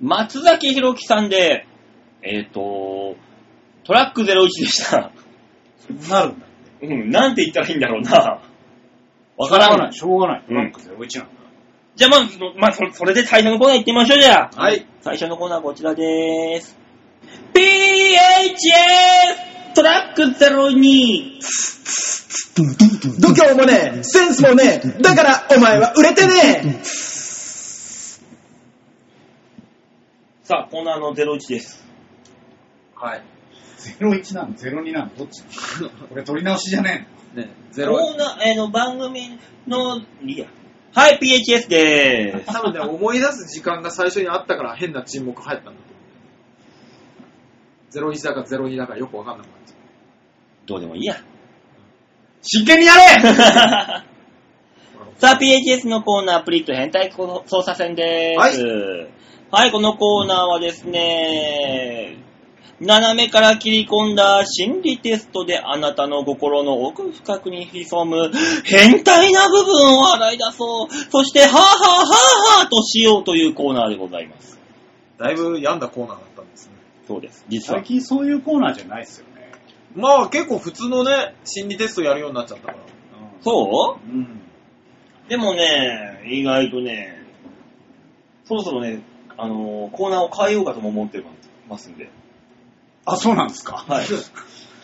松崎弘樹さんで、えっ、と、トラック01でした。 なるんだ。うん、なんて言ったらいいんだろうな。わからん。しょうがない。しょうがない。うんトラック01なんだ。じゃあまあ、そのまあ、そそれで最初のコーナー行ってみましょうじゃあ。はい。最初のコーナーこちらでーす。PHS トラック02。度胸もねえ、センスもねえ、だからお前は売れてねえさあ、コーナーの01です。はい。 01なの ?02 なのどっちなのこれ取り直しじゃねね、コゼロ。ーナー、えーの、番組の、いや。はい、PHS でーす。多分ね、思い出す時間が最初にあったから変な沈黙入ったんだと思う。01だか02だかよくわかんなくなっちゃどうでもいいや。真剣にやれさあ、PHS のコーナー、プリット変態操作戦です。ははい。このコーナーはですね、斜めから切り込んだ心理テストであなたの心の奥深くに潜む変態な部分を洗い出そう。そして、はぁはぁはぁはぁとしようというコーナーでございます。う。だいぶ病んだコーナーだったんですね。そうです。実は 最。近そういうコーナーじゃないっすよね。まあ結構普通のね、心理テストやるようになっちゃったから。そううん。うん。うでもね、意外とね、そろそろね、あのコーナーを変えようかとも思ってますんで。あ、そうなんですか。 はい。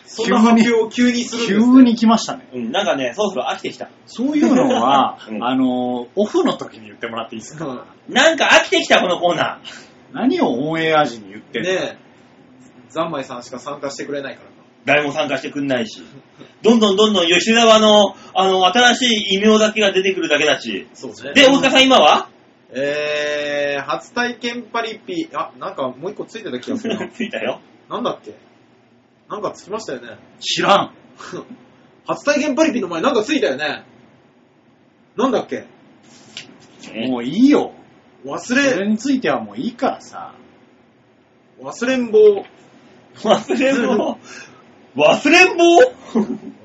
そんな発表を急にするんです、急ね。に来ましたね。うん、なんかね、そろそろ飽きてきた。、そういうのは うんあの、オフの時に言ってもらっていいですかうんなんか飽きてきた、このコーナー。何をオンエア時に言ってんのねえ、ざんまいさんしか参加してくれないからな。誰も参加してくんないし。どんどんどんどん吉沢の、あの、新しい異名だけが出てくるだけだし。そうですねで、大塚さん今はえー、初体験パリピ、あ、なんかもう一個ついてた 気がする な。ついたよ。なんだっけなんかつきましたよね。知らん。初体験パリピの前なんかついたよね。なんだっけもういいよ。忘それ、れについてはもういいからさ。忘れん坊、忘れん坊。忘れん坊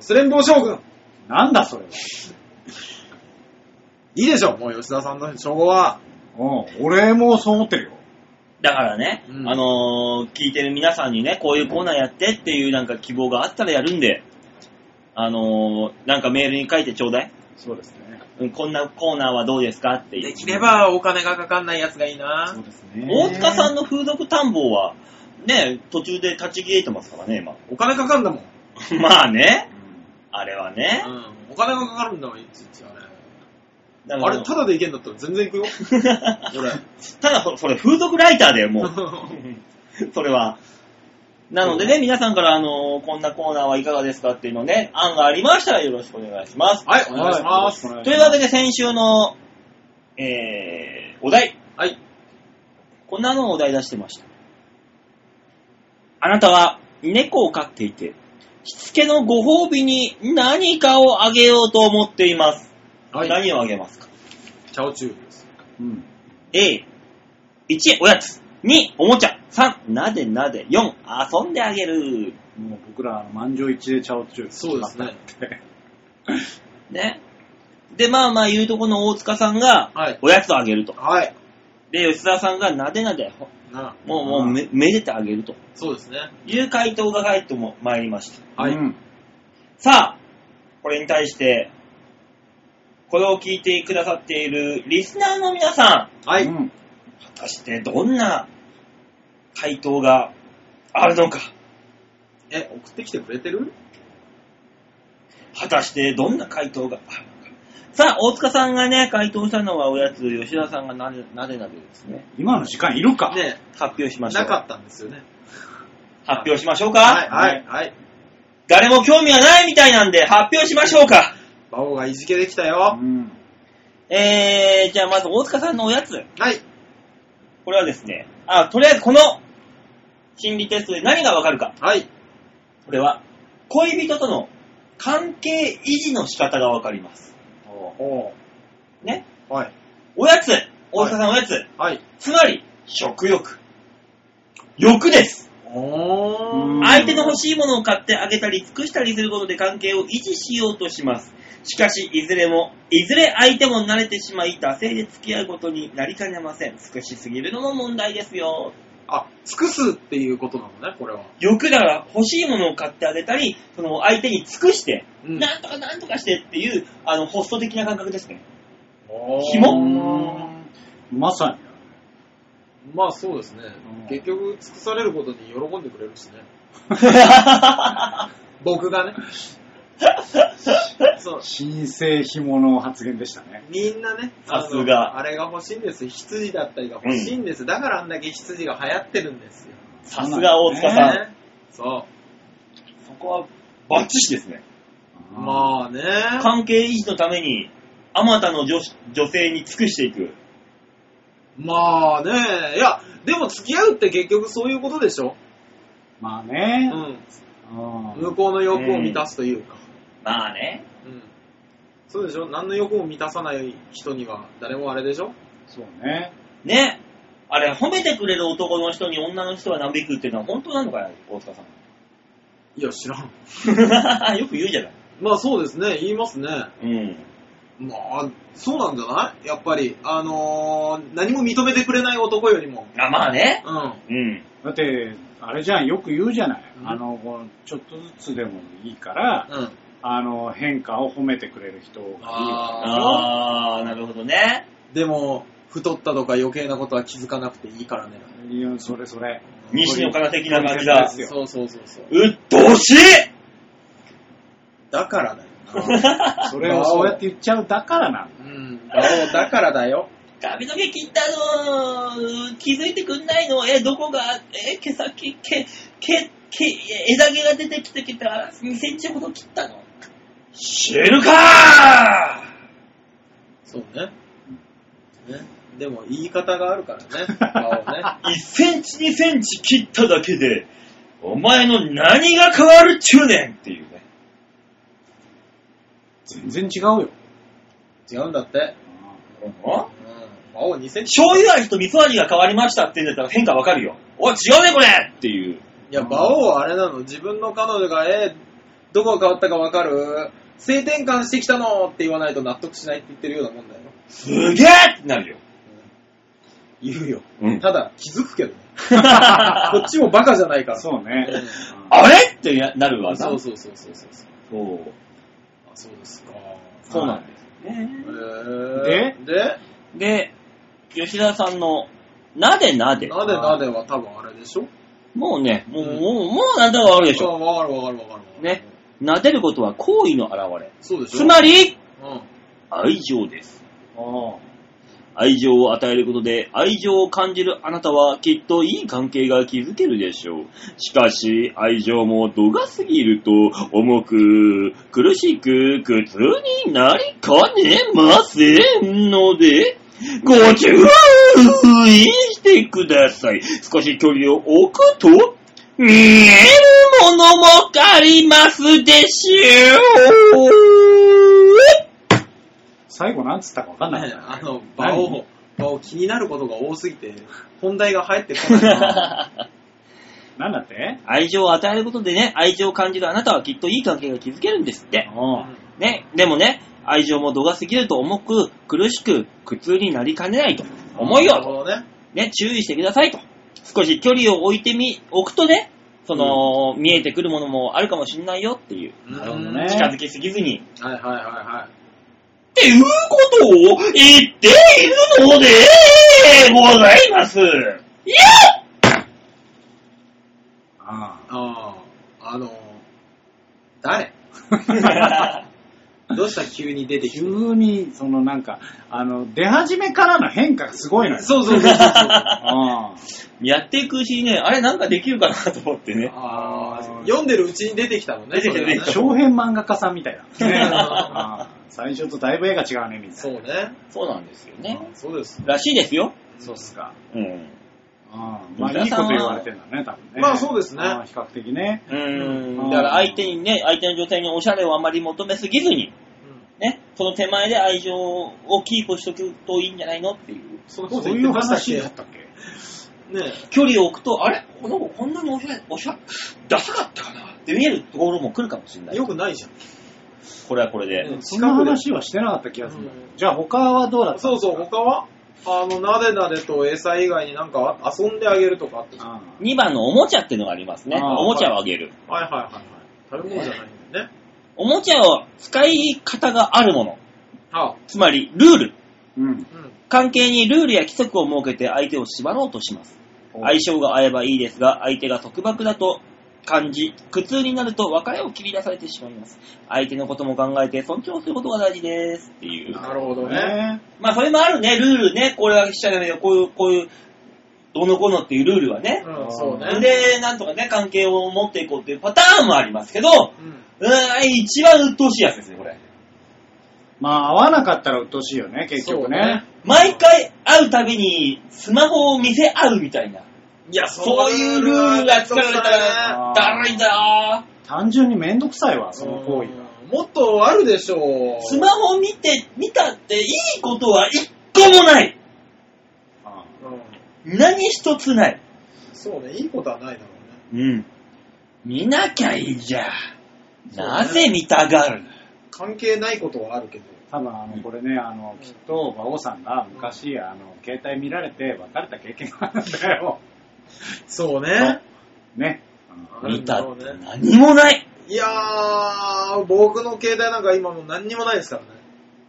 忘れん坊将軍。なんだそれは。いいでしょ、もう吉田さんの称号は。うん、俺もそう思ってるよ。だからね、うんあのー聞いてる皆さんにね、こういうコーナーやってっていうなんか希望があったらやるんで、あのーなんかメールに書いてちょうだい。そうですね。うん、こんなコーナーはどうですかっていう。ばお金がかかんないやつがいいなそうですね。大塚さんん。の風俗探訪は、ね、途中で立ち消えてますからね、今。 お金かかんだもん。まあね、あれはねう。ん、お金がかかるんだもん、いちいちあれ。だかあられ、ただでいけんだったら全然いく よ。俺。ただ、そそれ、風俗ライターだよ、もう。うそれは。なのでね、皆さんから、あのーこんなコーナーはいかがですかっていうのね、案がありましたらよろしくお願いします。はい、お願いします。はというわけで、先週の、えー、お題。はい。こんなのをお題出してました。あなたは猫を飼っていて、しつけのご褒美に何かをあげようと思っています。はい。何をあげますかチャオチューです。うん。 A、1、おやつ。2、おもちゃ。3、なでなで。4、遊んであげる。もう僕ら、満場一致でチャオチュー。そうですね。ね。で、まあまあ言うとこの大塚さんが、はい。おやつをあげると。はい。で、吉沢さんがなでなで、ほなもう、もうめ、めでてあげるとそうですね。いう回答が返っても参りました。はい。うんさあ、これに対して、これを聞いてくださっているリスナーの皆さはい。うねんん、果たしてどんな回答があるのか。え、送ってきてくれてる果たしてどんな回答があるのか。さあ、大塚さんがね、回答したのはおやつ、吉田さんがなでなでなでですね。今の時間いるかね発表しましょなう。かったんですよね。発表しましょうか、はい。はい。はい。誰も興味はないみたいなんで、発表しましょうか馬王がいじけできたうよ。ん。えー、じゃあまず大塚さんのおやつ。はい。これはですね、あ、とりあえずこの心理テストで何がわかるか。はい。これは、恋人との関係維持の仕方がわかります。おね。うはい。おやつ大塚さんおやつ、はい。つまり、食欲。欲です。おおー相手の欲しいものを買ってあげたり尽くしたりすることで関係を維持しようとします。しかし、いずれも、いずれ相手も慣れてしまい、惰性で付き合うことになりかねません。尽くしすぎるのも問題ですよ。あ、尽くすっていうことなのね、これは。欲だから欲しいものを買ってあげたり、その相手に尽くして、うんなんとかなんとかしてっていう、あの、ホスト的な感覚ですね。紐まさに。まあそうですねうん。結局、尽くされることに喜んでくれるしね。僕がね。そう。新生紐の発言でしたね。みんなね、さすがあのあれが欲しいんです。羊だったりが欲しいんです。だからあんだけ羊が流行ってるんですよ。さすが大塚さん。ねそそこは、バッチシですね。う。まあね。関係維持のために、あまたの女子女性に尽くしていく。まあね。いや、でも付き合うって結局そういうことでしょ。まあうね。ん。うん向こうの欲を満たすというか。まあね。うん。そうでしょ何の欲も満たさない人には誰もあれでしょそうね。ね。あれ、褒めてくれる男の人に女の人はなびくっていうのは本当なのかよ、大塚いや、知らん。さん。よく 言うじゃない。まあそうですね。言いますね。うん。まあ、そうなんじゃないやっぱり。あのー、何も認めてくれない男よりも。あまあね。うん。うん。だって、あれじゃん、よく言うじゃない。うんあの、こうちょっとずつでもいいから、うん。あの、変化を褒めてくれる人がいいわああー、なるほどね。ーでも、太ったとか余計なことは気づかなくていいからね。いや、それそれ。西野から的な感じだ。ですよそうそうそうそう。うっとうしいだからだよな。それをそうやって言っちゃうだからなんだ。うん。だろうだからだよ。髪の毛切ったの気づいてくんないのえ、どこが、え、毛先、毛、毛、毛、枝毛が出てきてきた。2センチほど切ったの知るかそうね。ね。でも、言い方があるから ね。顔ね。 !1 センチ2センチ切っただけで、お前の何が変わるっちゅうねんっていうね。全然違うよ。違うんだって。醤うん。青2センチ。油味と味噌味が変わりましたって言うんだったら変化わかるよ。おい、違うねこれっていう。いや、馬王はあれなの。自分の彼女が、えーどこが変わったかわかる性転換してきたのって言わないと納得しないって言ってるようなもんだよ。すげえってなるよ。言うよ。 うん。ただ、気づくけどね。こっちもバカじゃない から。そうね。うんああれってなるわな。そうそうそうそうそう。そう。あ、そうですか。そうなんですよえね。ー、で、吉田さんの、なでなで、で。なでなでは多分あれでしょもうね、もう、うんもう、もうなんだかわかるでしあょ。わかるわかるわかるわかる。ね。なでることは行為の表れ。そうでしょつまり、うん。愛情です。あ愛情を与えることで、愛情を感じるあなたはきっといい関係が築けるでしょう。しかし、愛情も度が過ぎると、重く、苦しく、苦痛になりかねませんので、ご注意してください。少し距離を置くと、見えるものもありますでしょう。最後なんつったかわかんなねい。あの、場を、場を気になることが多すぎて、本題が入ってこない な。なんだって愛情を与えることでね、愛情を感じるあなたはきっといい関係が築けるんですって。おうんね、でもね、愛情も度が過ぎると重く、苦しく、苦痛になりかねないと。重いなるよほどね。ね、注意してくださいと。少し距離を置いてみ、置くとね、その、見えてくるものもあるかもしんないよっていう。なるほどね近づきすぎずに。はいはいはいはい。っていうことを言っているのでございます。いやあああ、あの、誰どうした急に出てき 急に、そのなんか、あの、出始めからの変化がすごいのたよ。そうそうそうそう。あああ やっていくうちにね、あれなんかできるかなと思ってね。あ、読んでるうちに出てきたのね。出てきたそれが出てきた長編漫画家さんみたいだ。 ねねああ最初とだいぶ絵が違うね、みたそういな。ね。そうなんですよね。そうです。らしいですよ。そうっすか。うん。ああまあ、いいこと言われてんだね、多分ね。まあそうですねああ比較的ね。うん。だから相手にね、相手の女性におしゃれをあまり求めすぎずに、ね、その手前で愛情をキープしとくといいんじゃないのっていう。そそういう話だったっけね距離を置くと、あれなんかこんなにおしゃれ、おしゃれ、ダサかったかなって見えるところも来るかもしれない。よくないじゃん。これはこれで。うんそんな話はしてなかった気がするんだけど。じゃあ他はどうだったそうそう、他はあの、なでなでと餌以外になんかあ遊んであげるとかあって。はいあー2番のおもちゃっていうのがありますね。あーおもちゃをあげる。はいはいはい。食べ物じゃないんだよね。おもちゃを使い方があるもの。はあ、つまり、ルール。うん。うん。関係にルールや規則を設けて相手を縛ろうとします。相性が合えばいいですが、相手が束縛だと感じ、苦痛になると別れを切り出されてしまいます。相手のことも考えて尊重することが大事です。っていう。なるほどね。ねまあ、それもあるね、ルールね。これはしちゃダメよ。こういう、こういう、どうのこうのっていうルールはね。うん、そうね。で、なんとかね、関係を持っていこうっていうパターンもありますけど、うん。うーん、一番鬱陶しいやつですね、これ。まあ、合わなかったら鬱陶しいよね、結局ね。毎回会うたびに、スマホを見せ合うみたいな。いや、そういうルールが作られたねら、だるいんだよ単純にめんどくさいわ、その行為が。うんもっとあるでしょう。スマホ見て、見たっていいことは一個もない。あーうん何一つない。そうね、いいことはないだろうね。うん。見なきゃいいじゃん。そうねなぜ見たがる関係ないことはあるけど。多分あの、これね、あの、きっと、馬王さんが昔、あの、携帯見られて別れた経験があるんだよ。そうね。ね。ある見んただっろうてね。何もない。いやー、僕の携帯なんか今もう何にもないですからね。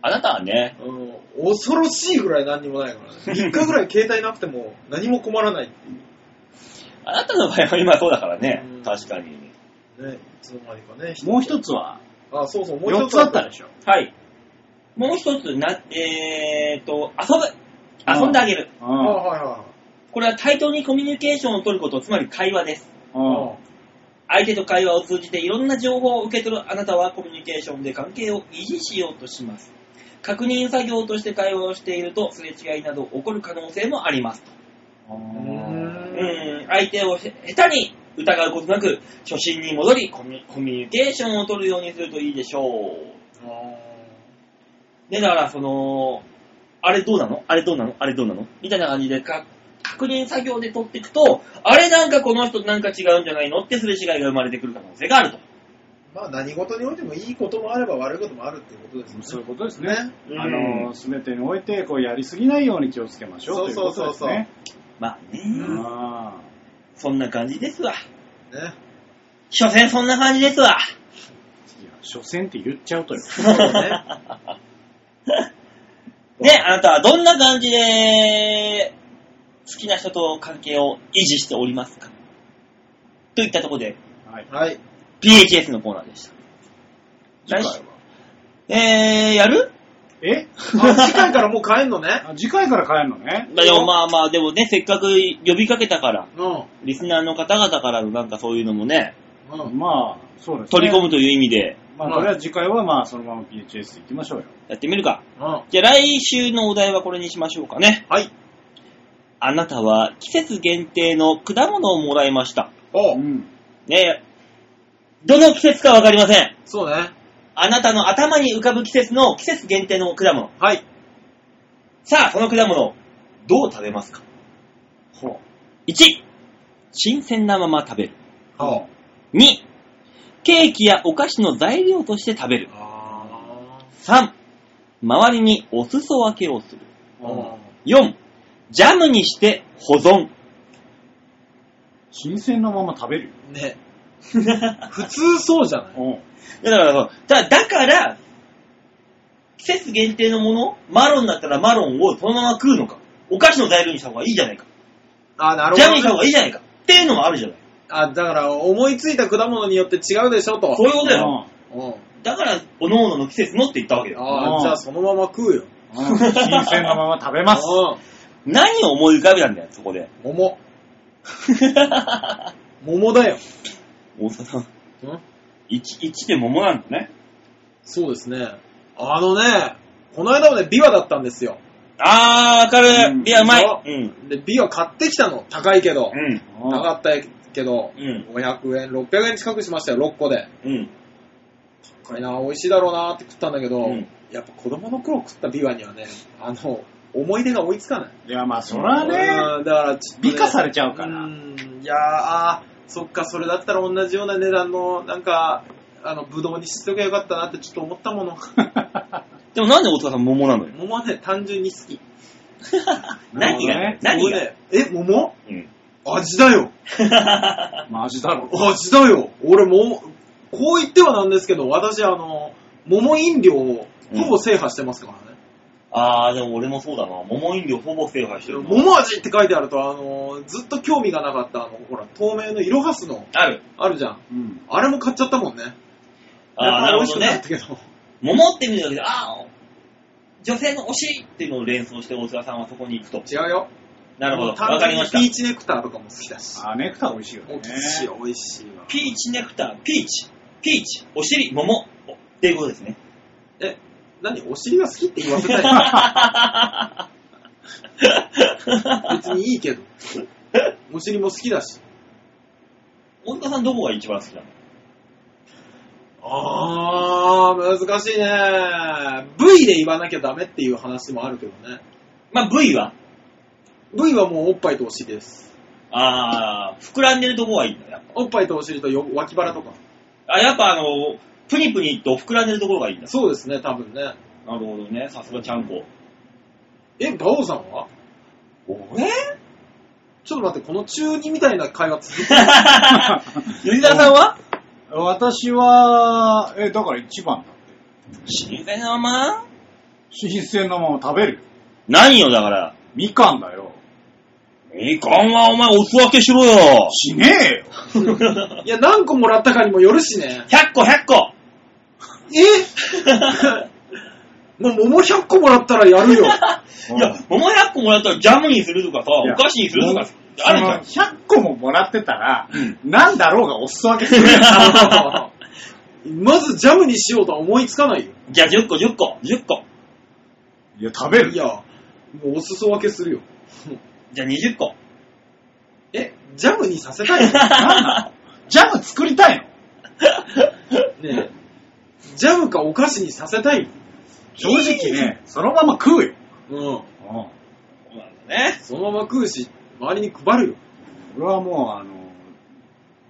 あなたはね、うん、恐ろしいぐらい何にもない からね。3日ぐらい携帯なくても何も困らないっていあなたの場合は今そうだからねうん。確かに。う。ね、いつの間にかね。うんもう一つは、あ、そうそう、もう一4つあったでしょ。はい。もう一つ、な、えーと、遊ぶ。遊んであげる。うんあ、はいはこれは対等にコミュニケーションを取ること、つまり会話です。いうんはい。相手と会話を通じていろんな情報を受け取るあなたはコミュニケーションで関係を維持しようとします。確認作業として会話をしているとすれ違いなど起こる可能性もあります。うんうーん、相手をへ下手に疑うことなく、初心に戻りコミュ、コミュニケーションを取るようにするといいでしょう。あね、だからその、あれどうなのあれどうなのあれどうなのみたいな感じでか、確認作業で取っていくと、あれなんかこの人なんか違うんじゃないのってすれ違いが生まれてくる可能性があると。ーまあ何事においてもいいこともあれば悪いこともあるっていうことですよね。そういうことですね。うんあの、すべてにおいて、こう、やりすぎないように気をつけましょう。そうそうというまあね、ことですねそうあそんな感じですわ。ね。所詮そんな感じですわ。ーいや、所詮って言っちゃうとよ。そうね。ね、あなたはどんな感じで、好きな人と関係を維持しておりますかといったところで、はい。はい。 PHS のコーナーでした。来週次えー、やる回はえあ次回からもう帰んのね。あ次回から帰るのね。まあでもまあまあ、でもね、せっかく呼びかけたから、うん。リスナーの方々からのなんかそういうのもね、うん。まあ、そうですね。取り込むという意味でまあ、とりあえず次回はまあ、そのまま PHS 行きましょうよ。やってみるか。うん。はじゃあ来週のお題はこれにしましょうかね。い。あなたは季節限定の果物をもらいました。おうん。ねえ、どの季節かわかりません。そうね。あなたの頭に浮かぶ季節の季節限定の果物。はい。さあ、その果物、どう食べますかほ ?1、新鮮なまま食べる。う。は2、ケーキやお菓子の材料として食べるあ。。あ3、周りにお裾分けをする。ーあー。 4、ジャムにして保存。新鮮なまま食べるよ。ね。普通そうじゃないうん。だからそう、だだから、季節限定のもの、マロンだったらマロンをそのまま食うのか。お菓子の材料にした方がいいじゃないか。あ、なるジャほムにしたどね。方がいいじゃないか。っていうのもあるじゃない。あ、だから思いついた果物によって違うでしょと。そういうことよ。うんだから、おののの季節のって言ったわけだよ。あうんあ、じゃあそのまま食うよ。うんうん新鮮なまま食べ ます。何を思い浮かべたんだよ、そ こで。うん。桃。桃だよ。大沢さん、うん1、一で桃なんだね。そうですね。あのね、この間もね、ビワだったんですよ。あー、わかうるん。いや、うまい。そううん。で、ビワ買ってきたの。高いけど。うん。うんなかったけど、うん500円、600円近くしましたよ、6個で。うん。これな、美味しいだろうなって食ったんだけど、うんやっぱ子供の頃食ったビワにはね、あの、思い出が追いつかない。いや、まあ、そらね、うんだからちょっとね、美化されちゃうからうんいやー、あーそっか、それだったら同じような値段の、なんか、あの、ぶどうにしとけばよかったなってちょっと思ったもの。でもなんで大塚さん桃なのよ。桃はね、単純に好き。何が、なるほどね何が、俺ねえ、桃うん。味だよ。マジだろ。味だよ。俺もう、こう言ってはなんですけど、私、あの、桃飲料をほぼ制覇してますからね。あー、でも俺もそうだな。桃飲料ほぼ制覇してるな。桃味って書いてあると、あの、ずっと興味がなかった、あの、ほら、透明のイロハスの、ある。あるじゃん。うん。あれも買っちゃったもんね。あー、なやっぱ美るほ味しどくなかっねた。けど。桃って見るだけで、あー、女性の推しっていうのを連想して大塚さんはそこに行くと。違うよ。なるほど。もう単わかりまし純にた。ピーチネクターとかも好きだし。あ、ネクター美味しいよね。おきしいよ、美味しいわ。ピーチネクター、ピーチ、ピーチ、お尻、桃。おっていうことですね。 え、何お尻が好きって言わせたい 別にいいけど。お尻も好きだし。大塚さんどこが一番好きなのあー、難しいね。V で言わなきゃダメっていう話もあるけどね。まあ、V は、 V はもうおっぱいとお尻です。あー、膨らんでるとこはいいんだよ。おっぱいとお尻とよ脇腹とか。あ、やっぱあの、プニプニと膨らんでるところがいいんだ。そうですね、多分ね。なるほどね。さすがちゃん こ。え、馬王さんは俺ちょっと待って、この中二みたいな会話続く。吉田さんは私は、え、だから一番だって。新鮮なまま新鮮なまま食べるよ。何よ、だから。みかんだよ。みかんはお前おす分けしろよ。しねえよ。いや、何個もらったかにもよるしね。 100個、100個。え もう桃100個もらったらやるよ。いや、桃100個もらったらジャムにするとかさ、いやお菓子にするとかあるじゃん。その100個ももらってたら、なんだろうがお裾分けする よまずジャムにしようとは思いつかないよ。じゃあ10個、10個、10個。いや、食べるいよ。や、もうお裾分けするよ。じゃあ20個。え、ジャムにさせ たいのなんなのジャム作りたいのねえジャムかお菓子にさせたい正直ね、そのまま食うよ。の。うん。うんそうなんだね。そのまま食うし、周りに配るよ。俺はもう、あの、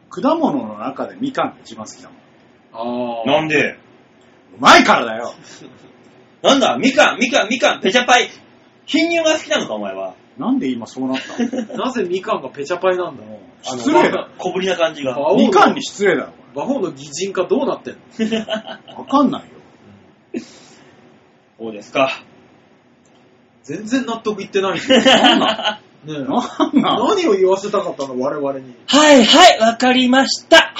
果物の中でみかんが一番好きだもん。うあなんでまいからだよ。なんだ、みかん、みかん、みかん、ペチャパイ。貧乳が好きなのか、お前は。なんで今そうなった のあ。なぜみかんがペチャパイなんだもうあの失礼だよ。小ぶりな感じが。あみかんに失礼だよ。魔法の擬人化どうなってんのわかんないよ。そうですか。全然納得いって ないよ。 はねえなんなん何を言わせたかったの我々に。いはい、わかりました。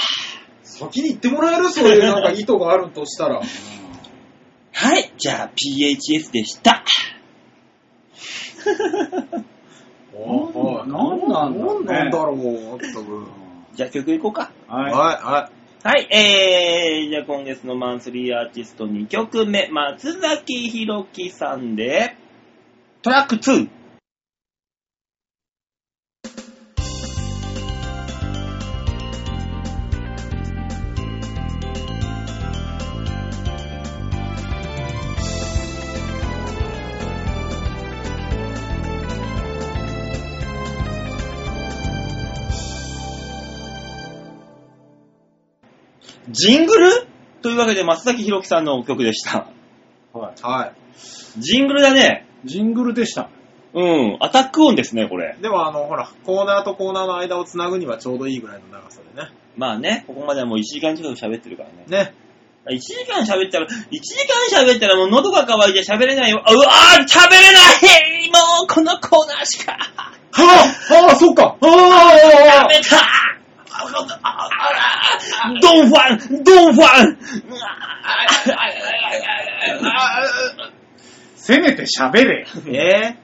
先に言ってもらえるそういうなんか意図があるとした ら。はい、じゃあ PHS でした。はいなんななんんだだろう、ったく。じゃあ曲いこうか。はい、はい。は。はい、えー、じゃあ今月のマンスリーアーティスト2曲目、松崎ひろきさんで、トラック 2! ジングルというわけで松崎ひろきさんの曲でした。はいはジングルだね。い。ジングルでしたね。うん、アタック音ですね、これ。い。でもあの、ほら、コーナーとコーナーの間をつなぐにはちょうどいいぐらいの長さでね。まあね、ここまではもう1時間近く喋ってるからね。ね。 1時間喋ったら、1時間喋ったらもう喉が渇いて喋れないよ。あうわー喋れないもうこのコーナーしかはあああ、そっかああダメかあああドンファンドンファンうわせめて喋 れよ。え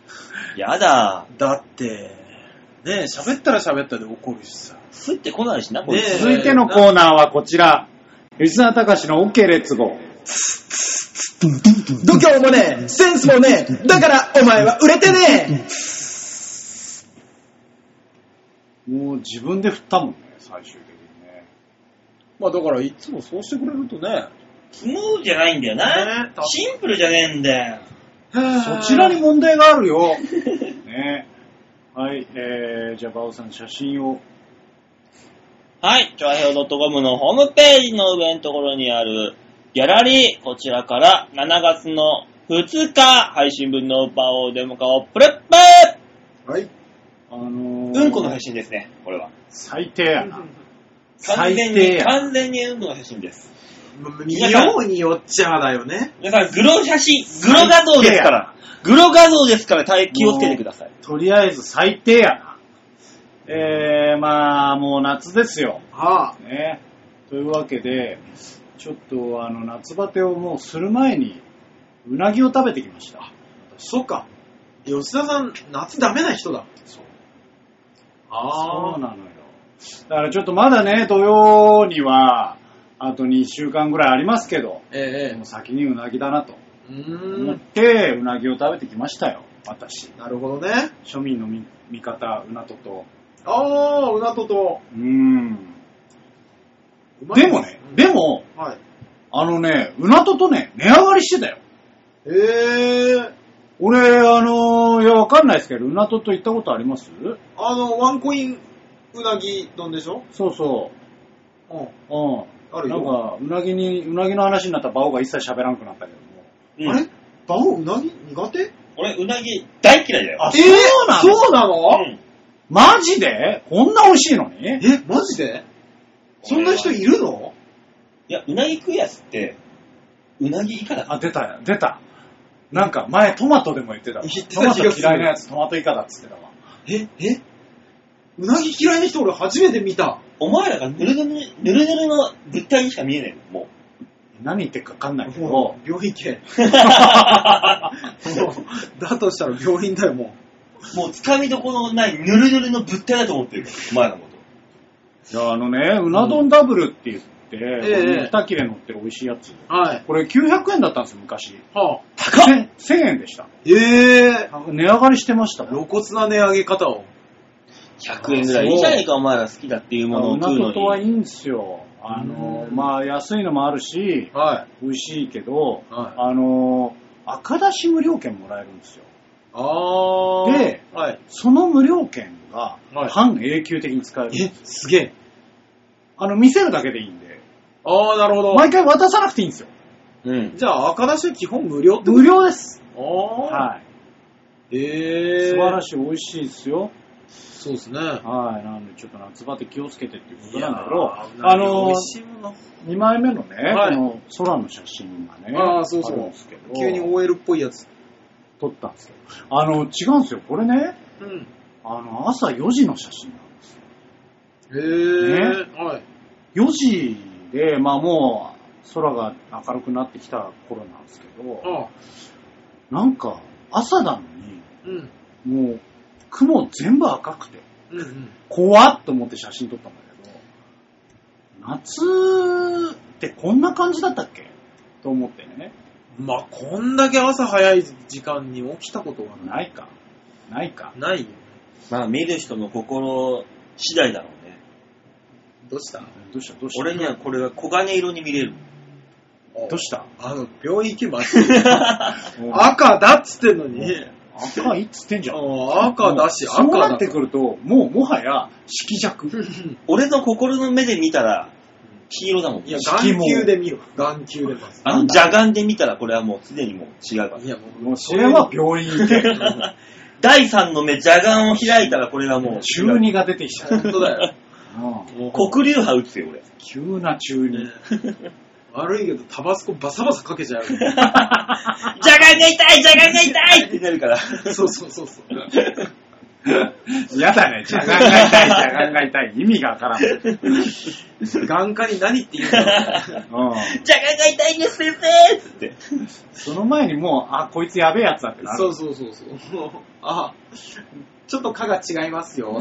ーやだ。ー、だって、ねえ、喋ったら喋ったで怒るしさ。すってこないしな、これ。ねえ続いてのコーナーはこちら。吉沢隆の OK レッツゴー。度胸もねえ、センスもねえ、だからお前は売れてねもう自分で振ったもんね、最終的にね。まあだからいつもそうしてくれるとね。スムーズじゃないんだよな。ねえシンプルじゃねえんだよ。そちらに問題がある よ。ねはい、えー、じゃあ、バオさん写真を。はい、ちょうへい .com のホームページの上のところにあるギャラリー、こちらから7月の2日配信分のバオデモ化をプレップはい。あのー、うんこの配信ですね、これは。最低や完な。全最低に、や完全にうんこの写真です。見ようによっちゃだよね。皆さん、グロ写真、グロ画像ですから、グロ画像ですから大気をつけてください。とりあえず最低やな。えー、まあ、もう夏ですよ。はね。というわけで、ちょっとあの夏バテをもうする前に、うなぎを食べてきました。あ、そっか。吉田さん、夏ダメな人だ。そうあそうあ、なのよ。だからちょっとまだね、土曜には、あと2週間ぐらいありますけど、えもう先にうなぎだなとえええ。うー思っん、て、うなぎを食べてきましたよ、私。なるほどね。庶民のみ味方、うなとと。ああ、うなとと。うーん。うまいでもね、うんでも、はい。あのね、うなととね、値上がりしてたよ。ええ俺、あのーいや、わかんないですけど、うなとと行ったことありますあの、ワンコインうなぎ丼でしょそうそうん。う。うん。あるなんよ。か、うなぎに、うなぎの話になったら、バオが一切喋らんくなったけどうも。んあれバオうなぎ苦手俺、うなぎ大嫌いだよ。あえーそうなのそうなのうんマジでこんな美味しいのにえ、マジでそんな人いるのいや、うなぎ食うやつって、うなぎ以下だ。あ、出たよ、出た。なんか、前トマトでも言ってたわ。言ってトたマ気トがする嫌いなやつ、トマト以下だっつってたわ。え、えうなぎ嫌いな人俺初めて見た。お前らがぬるぬる、ぬるぬるの物体にしか見えないよも何言ってるか分かんないけども、う、病院 系。もうだとしたら病院だよ、もう。もう、つかみどころのないぬるぬるの物体だと思ってるよお前らのこと。いや、あのね、うな丼ダブルって言って、ええ2切れ乗ってる美味しいやつ。う。はい。これ900円だったんですよ、昔。はあ、高っ !1000 円でした。ええ値上がりしてましたわ。露骨な値上げ方を。 100円ぐらい。いいじゃねえか、お前ら好きだっていうものをうな食うのととはいいに。んですよ。あのう、んまあ、安いのもあるし、はい。美味しいけど、はいあの、赤だし無料券もらえるんですよ。あー。ではい。その無料券がはい半永久的に使える。え、すげえ。あの、見せるだけでいいんで、あー、なるほど。毎回渡さなくていいんですよ。うん。じゃあ、赤だしは基本無料ってこ無料です。とあー。はい。ええ素晴らしい。しい、美味しいですよ。そうですね。はい。なんで、ちょっと夏バテ気をつけてっていうこといやなんだけど、ーあ美の、味しいもの。 2枚目のね、はいこの空の写真がね、あーそうそうるんですけど、急に OL っぽいやつ。撮ったんですけど、あの、違うんですよ。これね、うん。あの、朝4時の写真なんですへよ。え、はい。 4時で、まあもう、空が明るくなってきた頃なんですけど、ああ、なんか、朝なのに、うん。もう、雲全部赤くて、うんうん。怖っと思って写真撮ったんだけど、夏ってこんな感じだったっけと思ってね。まあ、こんだけ朝早い時間に起きたことはない。ないか。ないか。ないよ。まあ、見る人の心次第だろうね。どうしたどうしたどうした俺にはこれが黄金色に見れる。どうしたあの、病院行けば赤だっつってんのに。赤いっつってんじゃん。ああ赤だし、赤そうだなってくると、もうもはや色 弱。俺の心の目で見たら、黄色だもん。いや、色眼も球で見よう。眼球でまず。あの邪眼で見たらこれはもうすでにもう違うからい。や、もう、もうそれは病院 行け。第三の目邪眼を開いたらこれはもう違中う。二が出てきちゃう。本当 だよ。うんもう黒流派打つよ、俺。急な中 二。悪いけど、タバスコバサバサかけちゃう。邪眼が痛い邪眼が痛いってなるから。 そうそうそうそう。やだね、じゃがんが痛い、じゃがんが痛い。意味がわからん。うん眼科に何って言うの邪眼が痛いんです、先生っつって。その前にもう、あ、こいつやべえやつだってなる。そうそうそうそう。あ、ちょっと蚊が違いますよ。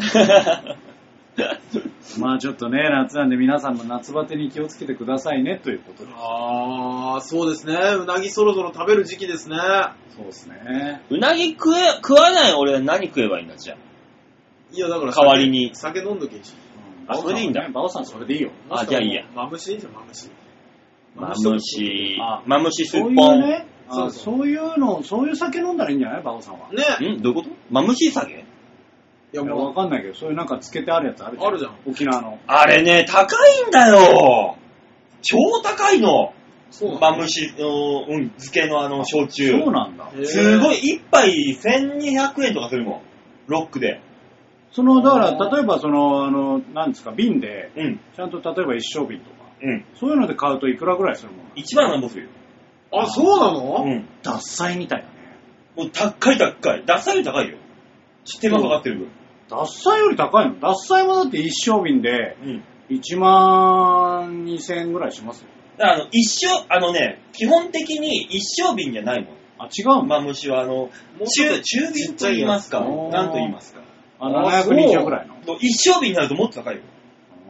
まあちょっとね、夏なんで皆さんも夏バテに気をつけてくださいね、ということで。あー、そうですね。うなぎそろそろ食べる時期ですね。そうですね。 うなぎ食え、食わない俺は何食えばいいんだ、じゃいや、だからあ。代わりに。酒飲んどけいいし。うんあそれでいいんだバオさんそれでいいよ。あじゃあいいや。マムシでいいじゃん、マムシ。マムシあ、マムシすっそぽ。ういうんね、そそううそそういうの、そういう酒飲んだらいいんじゃないバオさんは。いねんどういうことマムシ下げいやや、もわかんないけど、そういうなんかつけてあるやつあるう、あるじゃん。ん。沖縄の。あれね、高いんだよ超高いのそうなんだマムシの、うん、漬けのあの、焼酎。そうなんだ。へーすごい、一杯1200円とかするもん。ロックで。その、だから、例えばその、あの、なんですか、瓶で、うん、ちゃんと例えば一升瓶とか、うん。そういうので買うといくらぐらいするもん一番なんぼするよ。あ、そうなの、うん。脱菜みたいだね。もう高い高い。ダサいより高いよ。知ってるかかってる分。脱菜より高いの脱菜もだって一升瓶でうん。 1万2000円ぐらいしますよ。だからあの、一生、あのね、基本的に一生瓶じゃないもん。あ、違うんだ。マムシは、あの、もうちょっ中、と中瓶と言いますか。ちっちゃいやつなんと言いますか。あ、あそう720ぐらいの。と一生瓶になるともっと高いよ。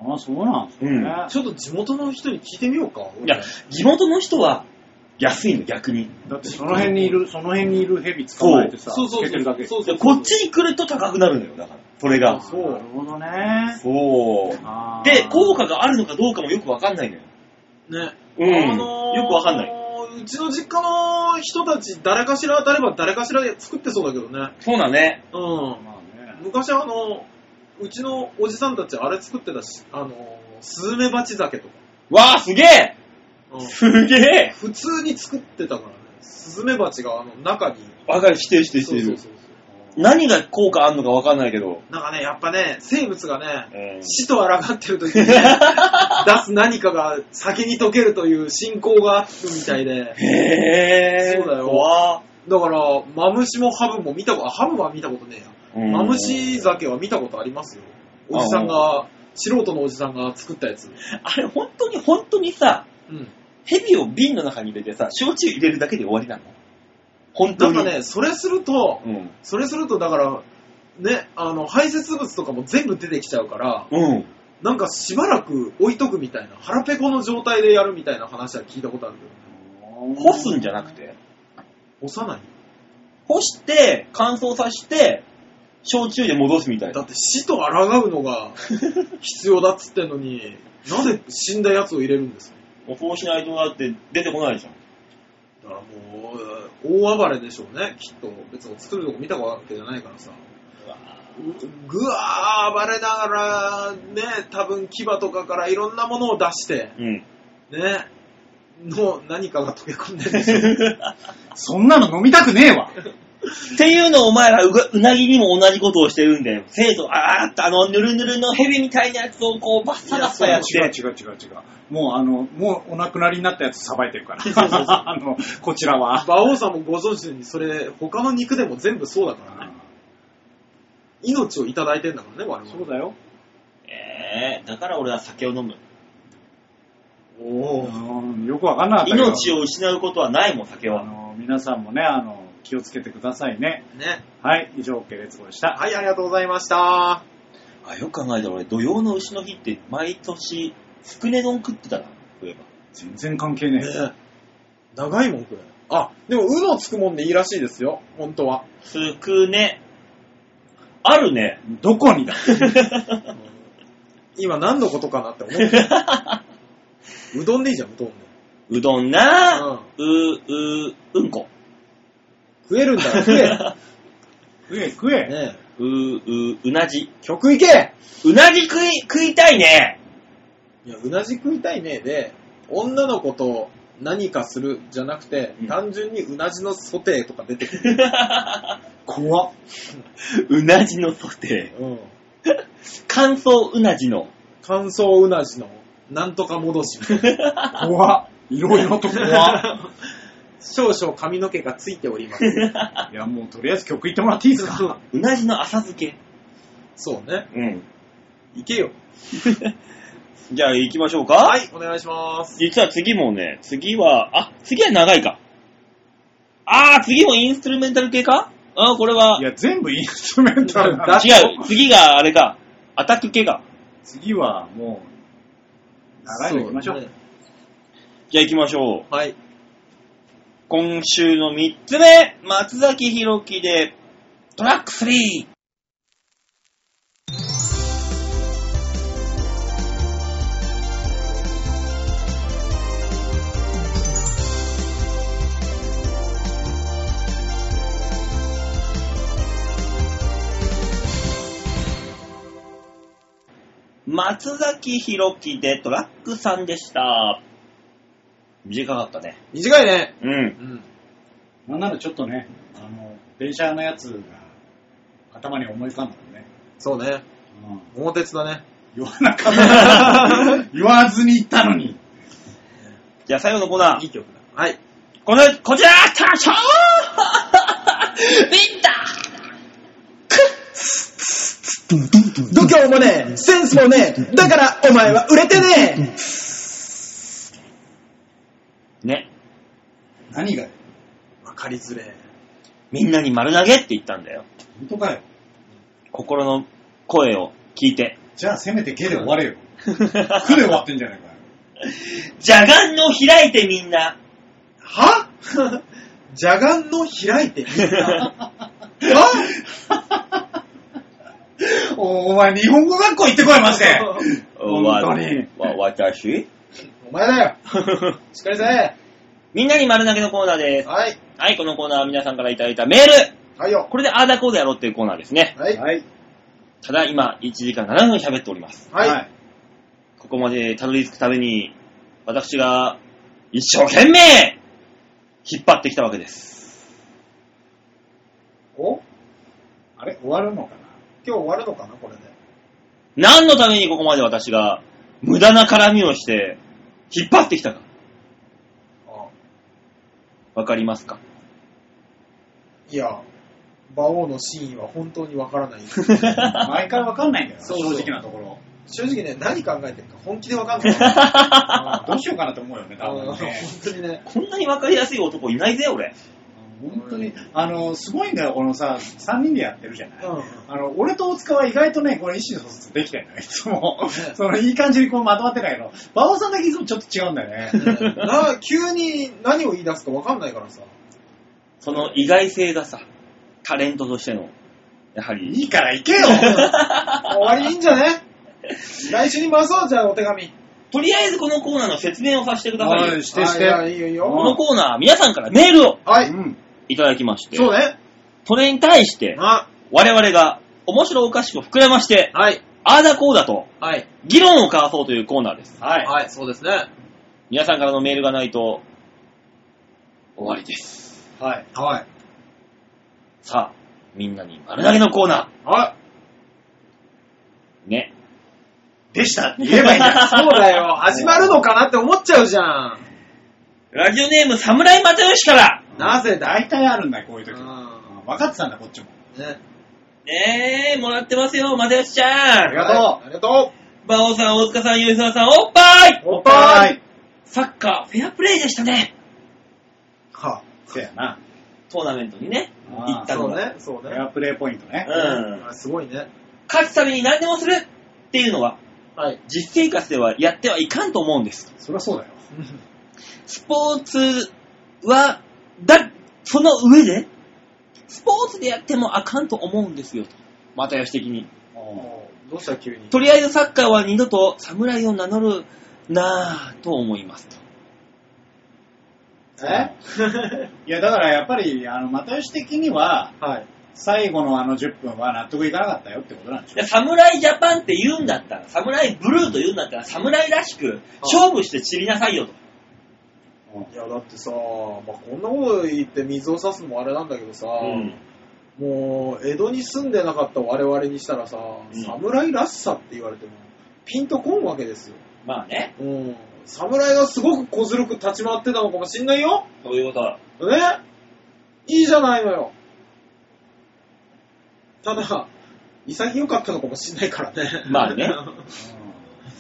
ああ、そうなんですね。うんだちょっと地元の人に聞いてみようか。いや、地元の人は安いの、逆に。ってその辺にいる、その辺にいる蛇捕まえてさ、そうそうそうつけてるだけで。そういそうやこっちに来ると高くなるのよ、だから。それが。そうなるほどね。そう。あーで、効果があるのかどうかもよくわかんないのよ。ね。うんあのーよくわかんない。うちの実家の人たち、誰かしら当たれば誰かしらで作ってそうだけどね。そうだね。うまあねん。昔あの、うちのおじさんたちあれ作ってたし、あの、スズメバチ酒とか。わあ、すげえうんすげえ普通に作ってたからね。スズメバチがあの中に。わかる、否定してそうそうそう何が効果あんのかわかんないけど。なんかね、やっぱね、生物がね、うん死と抗ってる時に、 ね、出す何かが先に溶けるという信仰があるみたいで。へえ。そうだよわあだから、マムシもハブも見たこと、あハブは見たことねえや。うんマムシ酒は見たことありますよ。おじさんが、素人のおじさんが作ったやつ。あれ、本当に本当にさ、うん。蛇を瓶の中に入れてさ、焼酎入れるだけで終わりなの本な当んに。かね、それすると、うん。それすると、だから、ね、あの、排泄物とかも全部出てきちゃうから、うん。なんかしばらく置いとくみたいな、腹ペコの状態でやるみたいな話は聞いたことあるけど、干すんじゃなくて、干さない干して、乾燥させて、焼酎で戻すみたいだっな。て死と抗うのが必要だっつってんのに、なぜ死んだやつを入れるんですかもうこうしないとだって出てこないじゃん。だからもう、大暴れでしょうね、きっと。別に作るとこ見たわけじゃないからさ。うぐわー暴れながら、ね、多分牙とかからいろんなものを出して、うん。ね、の何かが溶け込んでるんでしょう。 そんなの飲みたくねえわ。っていうのをお前らうがうなぎにも同じことをしてるんだよ。生徒、あーっとあの、ぬるぬるの蛇みたいなやつをこう、バッサバッサやっ違うて。違う違う違う。もうあの、もうお亡くなりになったやつさばいてるから。そうそうそう あの、こちらは。馬王さんもご存知のように、それ、他の肉でも全部そうだからね。命をいただいてんだからね、我々。そうだよ。えー、だから俺は酒を飲む。おーうんよくわかんなかったけど。命を失うことはないもん、酒あは。の、皆さんもね、あの、気をつけてくださいね。ね。はい、以上、ケレツゴでした。はい、ありがとうございました。あ、よく考えたら俺、土曜の牛の日って毎年、つくね丼食ってたな、そういえば。全然関係ねえ。ね長いもん、これ。あ、でも、うのつくもんでいいらしいですよ、本当は。つくね。ある ね。どこにだ今何のことかなって思う。 うどんでいいじゃん、うどんで。うどんなうんう、う、うんこ。食えるんだら食え。食え食え。ねえう、う、うなじ。曲いけいうなじ食い、食いたいね。や、うなじ食いたいねで、女の子と何かするじゃなくて、うん単純にうなじのソテーとか出てく る。怖っ。 うなじのソテー。うん。乾燥うなじの。乾燥うなじのなんとか戻し。怖っ。いろいろと怖っ。少々髪の毛がついており ます。いや、もうとりあえず曲行ってもらっていいですか、うなじの浅漬け。そうね。うん。いけよ。じゃあ行きましょうか。はは。い、お願いします。実は次もね、次は、あ、次は長いか。あー、次もインストゥルメンタル系かあー、これはい や、全部インストゥルメンタルなんだだ違う。次があれか。アタック系か。次はもう、長いの行きましょう。そねじゃあ行きましょう。はい。今週の3つ目、松崎弘樹で、トラック 3! 松崎弘樹でトラックさんでした。短かったね。短いね。うん。うん。なんならちょっとね、あの、電車のやつが頭に思い浮かんだもんね。そうね。うん桃鉄だね。言わなか った。言わずに言ったのに。じゃあ最後のコーナー。いい曲だ。はい。この、こちらタッショービンタ度胸もねえ、センスもねえ、だからお前は売れてね ね。何がわかりづれえ。みんなに丸投げって言ったんだよ。本当かよ。心の声を聞いて。じゃあせめてゲで終われよ。苦で終わってんじゃないかよ。 じゃがんの開いてみんな。は じゃがんの開いてみん な。おお前日本語学校行ってこい、マジで。わ本当に。わ、私 お前だよ。しっかりせみんなに丸投げのコーナーでえ。す。はい。はい、このコーナーは皆さんからいただいたメール。はいよ。これであーだこうだやろうっていうコーナーですね。はい。はい。ただ今、1時間7分喋っております。はい。ここまでたどり着くために、私が一生懸命引っ張ってきたわけです。おあれ終わるのかな今日終わるのかな、これで。何のためにここまで私が無駄な絡みをして引っ張ってきたかあわかりますかいや、馬王の真意は本当にわから ない。 毎回わかんないんだよな、そうそう正直なところ。正直ね、何考えてるか本気でわかん ない。どうしようかなと思うよね、多うん分本 ね。当にね。こんなにわかりやすい男いないぜ、俺。本当に、あの、すごいんだよ、このさ、3人でやってるじゃない。うんあの、俺と大塚は意外とね、これ意思疎通できてんだよ、いつもね。その、いい感じにこうまとまってないけど、馬王さんだけいつもちょっと違うんだよね。ねな急に何を言い出すかわかんないからさ。その意外性がさ、タレントとしての、やはり、 いいから行けよ終わりいいんじゃね来週に回そうじゃあお手紙。とりあえずこのコーナーの説明をさせてくださいよおいしてしてあいやいいよいいこよ。のコーナー、皆さんからメールをはうい。ん。いただきまして、そうね。それに対して、あ、我々が面白おかしく膨らまして、はい。ああだこうだと、はい。議論を交わそうというコーナーです。はい。はい、そうですね。皆さんからのメールがないと、終わりです。はい。はい。さあ、みんなに丸投げのコーナはー。ね。でしたって言えばいいんだよい。。そうだよ。 始まるのかなって思っちゃうじゃん。ラジオネーム、侍又吉から。なぜだい大体あるんだよ、こういう時。ううんん分かってたんだ、こっちも。ね。ねえ、もらってますよ、又吉ちゃありん。がとう。ありがと馬王さん、大塚さん、吉沢さん、おっぱいおっぱい。サッカー、フェアプレイでしたね。う。はせやな。トーナメントにね、あー行っあ、たそのうが。ね。そうエアね。プレイポイントね。うんあ。すごいね。勝つために何でもするっていうのは、はい。実生活ではやってはいかんと思うんです。そりゃそうだよ。スポーツは、だ、その上で、スポーツでやってもあかんと思うんですよ、と。またよし的に。もうどうした急に。とりあえずサッカーは二度と侍を名乗るなぁと思いますと。えいや、だからやっぱり、あの、又吉的には、はい。最後のあの10分は納得いかなかったよってことなんでしいょや、侍ジャパンって言うんだったら、侍ブルーと言うんだったら、侍らしく勝負して散りなさいよと。うんいや、だってさ、まあ、こんなこと言って水を差すのもあれなんだけどさ、もう、江戸に住んでなかった我々にしたらさ、うん侍らしさって言われても、ピンとこんわけですよ。まあね、うん。侍がすごく小ずるく立ち回ってたのかもしんないよ。そういうことは。ねいいじゃないのよ。ただ、潔かったのかもしんないからね。ま あね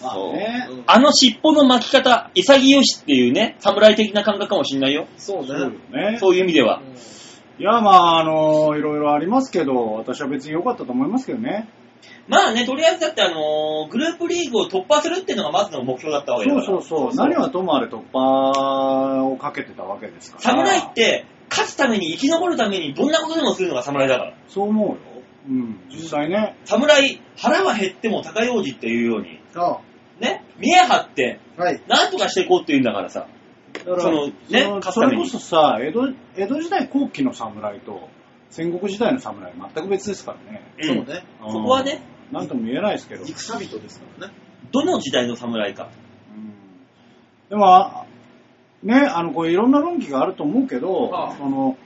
まあねう。んあの尻尾の巻き方、潔しっていうね、侍的な感覚かもしんないよ。そうね。そうよね。そういう意味では。いや、まあ、あの、いろいろありますけど、私は別に良かったと思いますけどね。まあね、とりあえずだってあのーグループリーグを突破するっていうのがまずの目標だったわけだかそうら。そうそう。何はともあれ突破をかけてたわけですから。侍って、勝つために、生き残るために、どんなことでもするのが侍だから。そう思うよ。うん、実際ね。侍、腹は減っても高い王子っていうように、あね、見え張って、はい。なんとかしていこうっていうんだからさ。だからそのねそ勝つそためれにこそさ、江戸、江戸時代後期の侍と戦国時代の侍は全く別ですからね。そうね。そこはね、なんとも言えないですけど。戦人ですからね。どの時代の侍か。うんでも、あね、あの、こういろんな論議があると思うけど、はあその、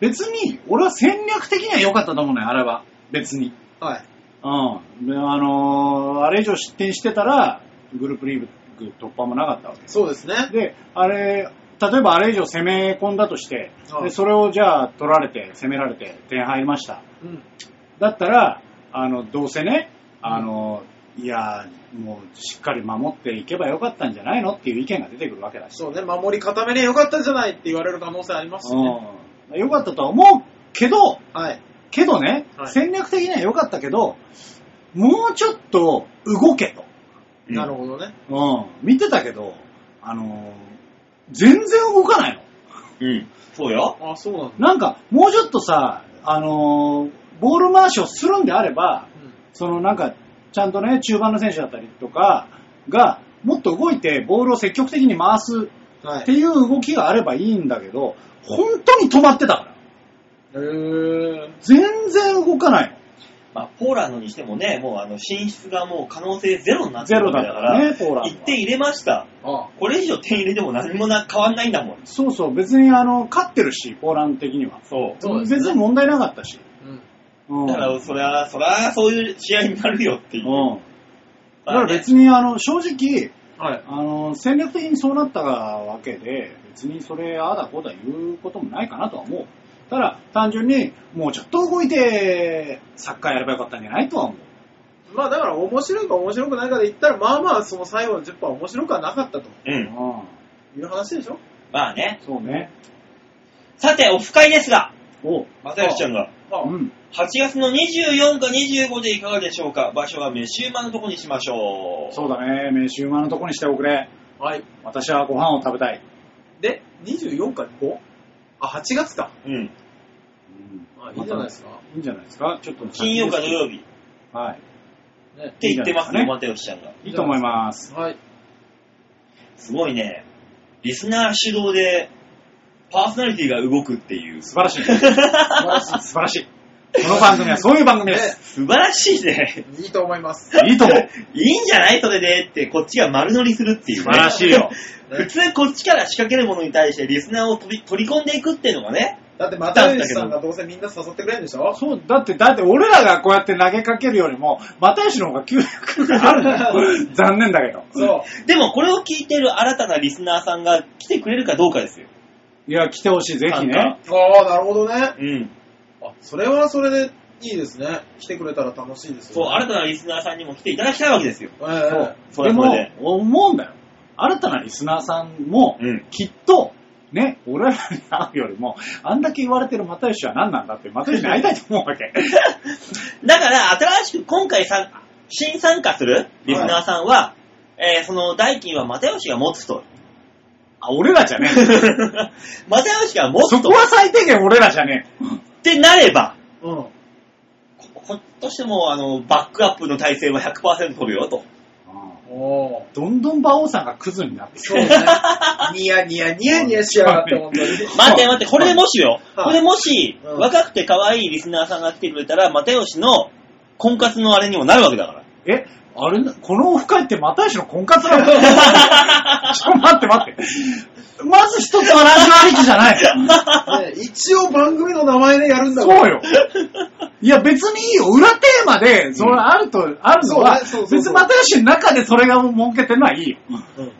別に、俺は戦略的には良かったと思うのよ、あれは。別に。はい。うん。で、あのーあれ以上失点してたら、グループリーグ突破もなかったわけです。そうですね。で、あれ、例えばあれ以上攻め込んだとして、はいでそれをじゃあ取られて、攻められて、点入りました。うん。だったら、あの、どうせね、あの、いや、もうしっかり守っていけばよかったんじゃないのっていう意見が出てくるわけだし。そうね、守り固めりゃよかったんじゃないって言われる可能性ありますしね。うん。よかったとは思うけど、はい。けどね、はい戦略的には良かったけど、もうちょっと動けと。なるほどね。うん。見てたけど、あの、全然動かないの。うん。そうよ。あ、そうなんだ。なんか、もうちょっとさ、あのーボール回しをするんであれば、そのなんか、ちゃんとね、中盤の選手だったりとかが、もっと動いてボールを積極的に回すうん。はっい。ていう動きがあればいいんだけど、本当に止まってたから。へー。全然動かないまあ、ポーランドにしてもね、もうあの、進出がもう可能性ゼロになの。ってゼるわロだけだっかたからら、ね、ポーラン1ドは。点入れました。あこれ以上点入れても何もな変わんないんだもん。そうそう、別にあの、勝ってるし、ポーランド的には。そう。そうですね別に問題なかったし。うん。うん。だから、そりゃ、そりゃ、そういう試合になるよっていう。うん。だかまあらね別にあの、正直、はい。あの戦略的にそうなったわけで、別にそれ、ああだこうだ言うこともないかなとは思う。ただ、単純に、もうちょっと動いて、サッカーやればよかったんじゃないとは思う。まあだから面白いか面白くないかで言ったら、まあまあその最後の10分は面白くはなかったとうん。いう話でしょまあね。そうね。さて、オフ会ですが、おう。まさよしちゃんが、あん。 8月の24か25でいかがでしょうか場所は飯馬のとこにしましょう。そうだね。飯馬のとこにしておくれ。はい。私はご飯を食べたい。で、24から 5? あ、8月か。うん。うんあ、いいんじゃないですか。いいんじゃないですかちょっと。金曜か土曜日っはい。ね。て言ってますいいね、んじゃまさよしちゃんが。いいと思います。はい。すごいね。リスナー主導で、パーソナリティが動くっていう。素晴らしい。素晴らしい。素晴らしい。この番組はそういう番組です。素晴らしいね。いいと思います。いいと思う。 いいんじゃないそれでって、こっちが丸乗りするっていう、ね。素晴らしいよ。 普通こっちから仕掛けるものに対してリスナーを取り取り込んでいくっていうのがね。だって、又吉さんがどうせみんな誘ってくれるんでしょそう、だって、だって俺らがこうやって投げかけるよりも、又吉の方が吸力があるんだ よ。残念だけど。そう。でもこれを聞いてる新たなリスナーさんが来てくれるかどうかですよ。いや、来てほしい、ぜひね。ああ、なるほどね。うん。あ、それはそれでいいですね。来てくれたら楽しいですそう、よ、ね。新たなリスナーさんにも来ていただきたいわけですよ。そう、あれええそでれはもそれで。、思うんだよ。新たなリスナーさんも、うんきっと、ね、俺らに会うよりも、あんだけ言われてる又吉は何なんだって、又吉に会いたいと思うわ け。だから、新しく今回さん、新参加するリスナーさんは、えーその代金は又吉が持つと。 あ、俺らじゃね又吉が持え。そつ。ことは最低限俺らじゃねえ。ってなれば、うん。ここっとしても、あの、バックアップの体制は100%取るよと。おー。どんどん馬王さんがクズになってそう ね。ニヤニヤニヤニヤしやがって、本当に。 待って待って、これでもしよ、はいこれでもし、うん若くて可愛いリスナーさんが来てくれたら、又吉の婚活のあれにもなるわけだから。え、あれな、このオフ会って又吉の婚活なの ちょ、待って待って。まず一つはラジオありきじゃない。ね一応番組の名前でやるんだそからうよ。いや別にいいよ。裏テーマで、そのあると、あるのは、そうねそうそうそう別に又吉の中でそれが儲けてるのはいいよ。うん。だか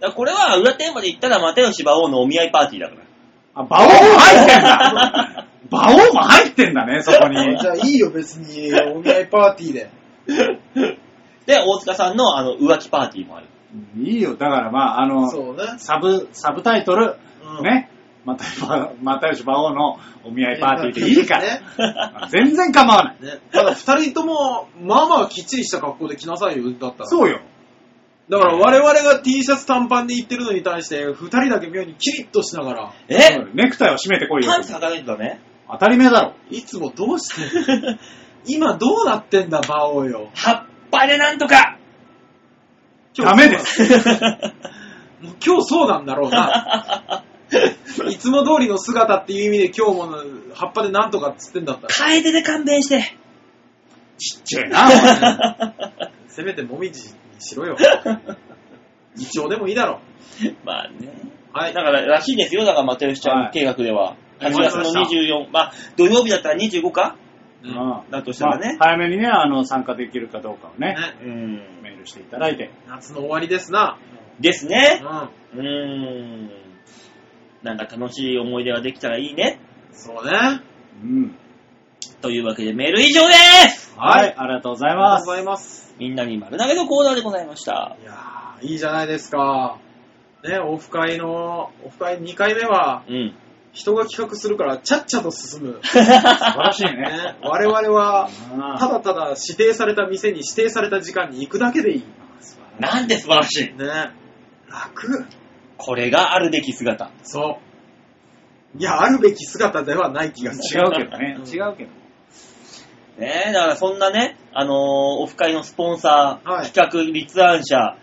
らこれは裏テーマで言ったら、又吉馬王のお見合いパーティーだから。あ、馬王も入ってんだ。馬王も入ってんだね、そこに。じゃあいいよ、別に。お見合いパーティーで。で、大塚さんのあの浮気パーティーもある。いいよ。だからまあ、あの、そうね。サブ、サブタイトル、うんね。また、またよし馬王のお見合いパーティーでいいから。ね。全然構わない。ねただ二人とも、まあまあきっちりした格好で来なさいよ、だったら。そうよ。だから我々が T シャツ短パンで行ってるのに対して、二人だけ妙にキリッとしながら、えネクタイを締めてこいよパ。ンツ履かないとダメ当たり前だろ。いつもどうしてんの 今どうなってんだ、馬王よ。葉っぱでなんとか今日ダメです。もう今日そうなんだろうな。 いつも通りの姿っていう意味で今日も葉っぱでなんとかっつってんだったら。楓で勘弁して。ちっちゃ いな。せめてもみじにしろ よ。一応でもいいだろ。まあね。はい。だから、らしいですよ。だから、マテルシちゃん計画では。はい8月の24、まあ、土曜日だったら25かうお前んうんだとしたらね。まあ早めにね、あの、参加できるかどうかをね、ねうん。メールしていただいて。夏の終わりですな。ですうね。ん。うーん。なんか楽しい思い出ができたらいいね。そうね。うん。というわけで、メール以上ですはい、ありがとうございあまりがとうすご。ざいます。みんなに丸投げのコーナーでございました。いやー、いいじゃないですか。ね、オフ会の、オフ会2回目は、うん。 人が企画するから、ちゃっちゃと進む。素晴らしいね。ね、我々は、うんただただ指定された店に指定された時間に行くだけでいい。なんて素晴らしい。ね。楽。これがあるべき姿。そう。いや、あるべき姿ではない気がす違る。うけどね。うん違うけど。ねえ、だからそんなね、あのーオフ会のスポンサー、はい企画立案者、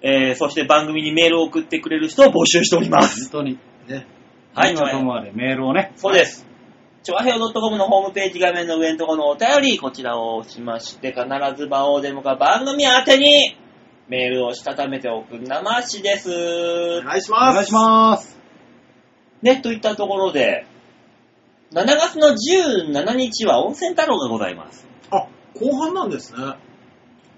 えー、そして番組にメールを送ってくれる人を募集しております。本当に。ね。はい、今ともあれメールをね。そうです。ちょわへお .com のホームページ画面の上のところのお便り、こちらを押しまして、必ず場をデモか番組宛てに、メールをしたためておく生しです。お願いしおます。願いします。ね、といったところで、7月の17日は温泉太郎がございます。あ、後半なんですね。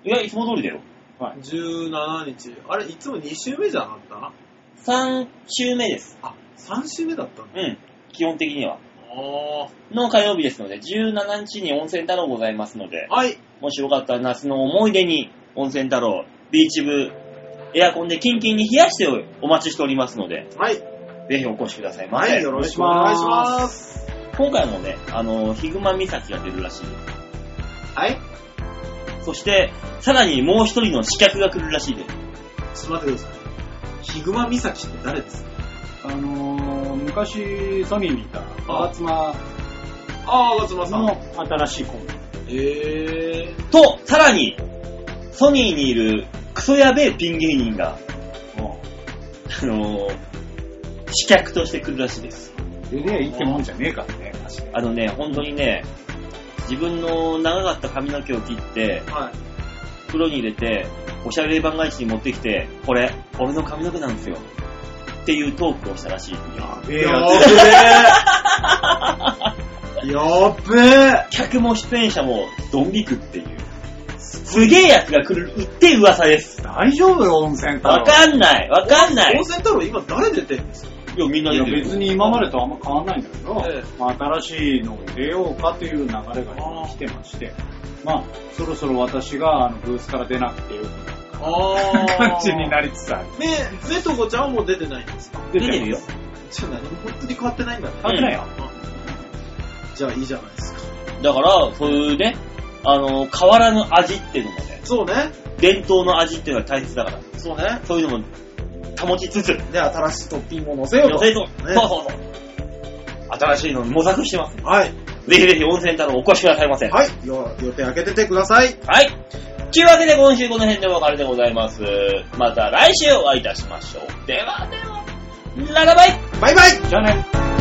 いや、いつも通りだよ。はい。 17日。あれ、いつも2週目じゃなかっ3週目です。たあ、3週目だったんだ。うん、基本的には。あの火曜日ですので、17日に温泉太郎ございますのでー。、はい。もしよかったら夏の思い出に温泉太郎、ビーチ部、エアコンでキンキンに冷やしてお待ちしておりますので、はい。ぜひお越しくださいませ。はい、よろしくお願いします。今回もね、あの、ヒグマ岬が出るらしい。はい。そして、さらにもう一人の刺客が来るらしいです。ちょっと待ってください。ヒグマ岬って誰ですかあのー、昔ソニーにいた、バーツマあー、松間さん。の新しいコンビ。えー。と、さらに、ソニーにいるクソやべえピン芸人が、あの、刺客として来るらしいです。でね、いってもんじゃねえからね、マジであのね、本当にね、自分の長かった髪の毛を切って、はい。袋に入れて、おしゃべり番外地に持ってきて、これ、俺の髪の毛なんですよ。っていうトークをしたらしい。ややっべべえやつ。 えやっべ客も出演者もドン引くっていう。すげえやつが来るって噂です。大丈夫よ、温泉太郎。わかんない、わかんなえい温。泉太郎今誰出てるんですかいや、みんないや出てる。別に今までとあんま変わんないんだけど、ええまあ、新しいのを入れようかという流れが今来てまして、まあ、そろそろ私があのブースから出なくてよくあ感じになりつつある。ねえ、ねとこちゃんはもう出てないんですか出てるよ。じゃあ何も本当に変わってないんだね。変わってないよ。じゃあいいじゃないですか。だから、そういうね、あの、変わらぬ味っていうのもね、そうね。伝統の味っていうのが大切だから、そうね。そういうのも保ちつつ、で、新しいトッピングを乗せよう女と。性と、ねそうそうそう。新しいの模索してます。はい。ぜひぜひ温泉太郎お越しくださいませ。ははい。い。よ予定開けててください。というわけで今週この辺でお別れでございます。また来週お会いいたしましょう。ではでは、ララバイバイバイじゃあね。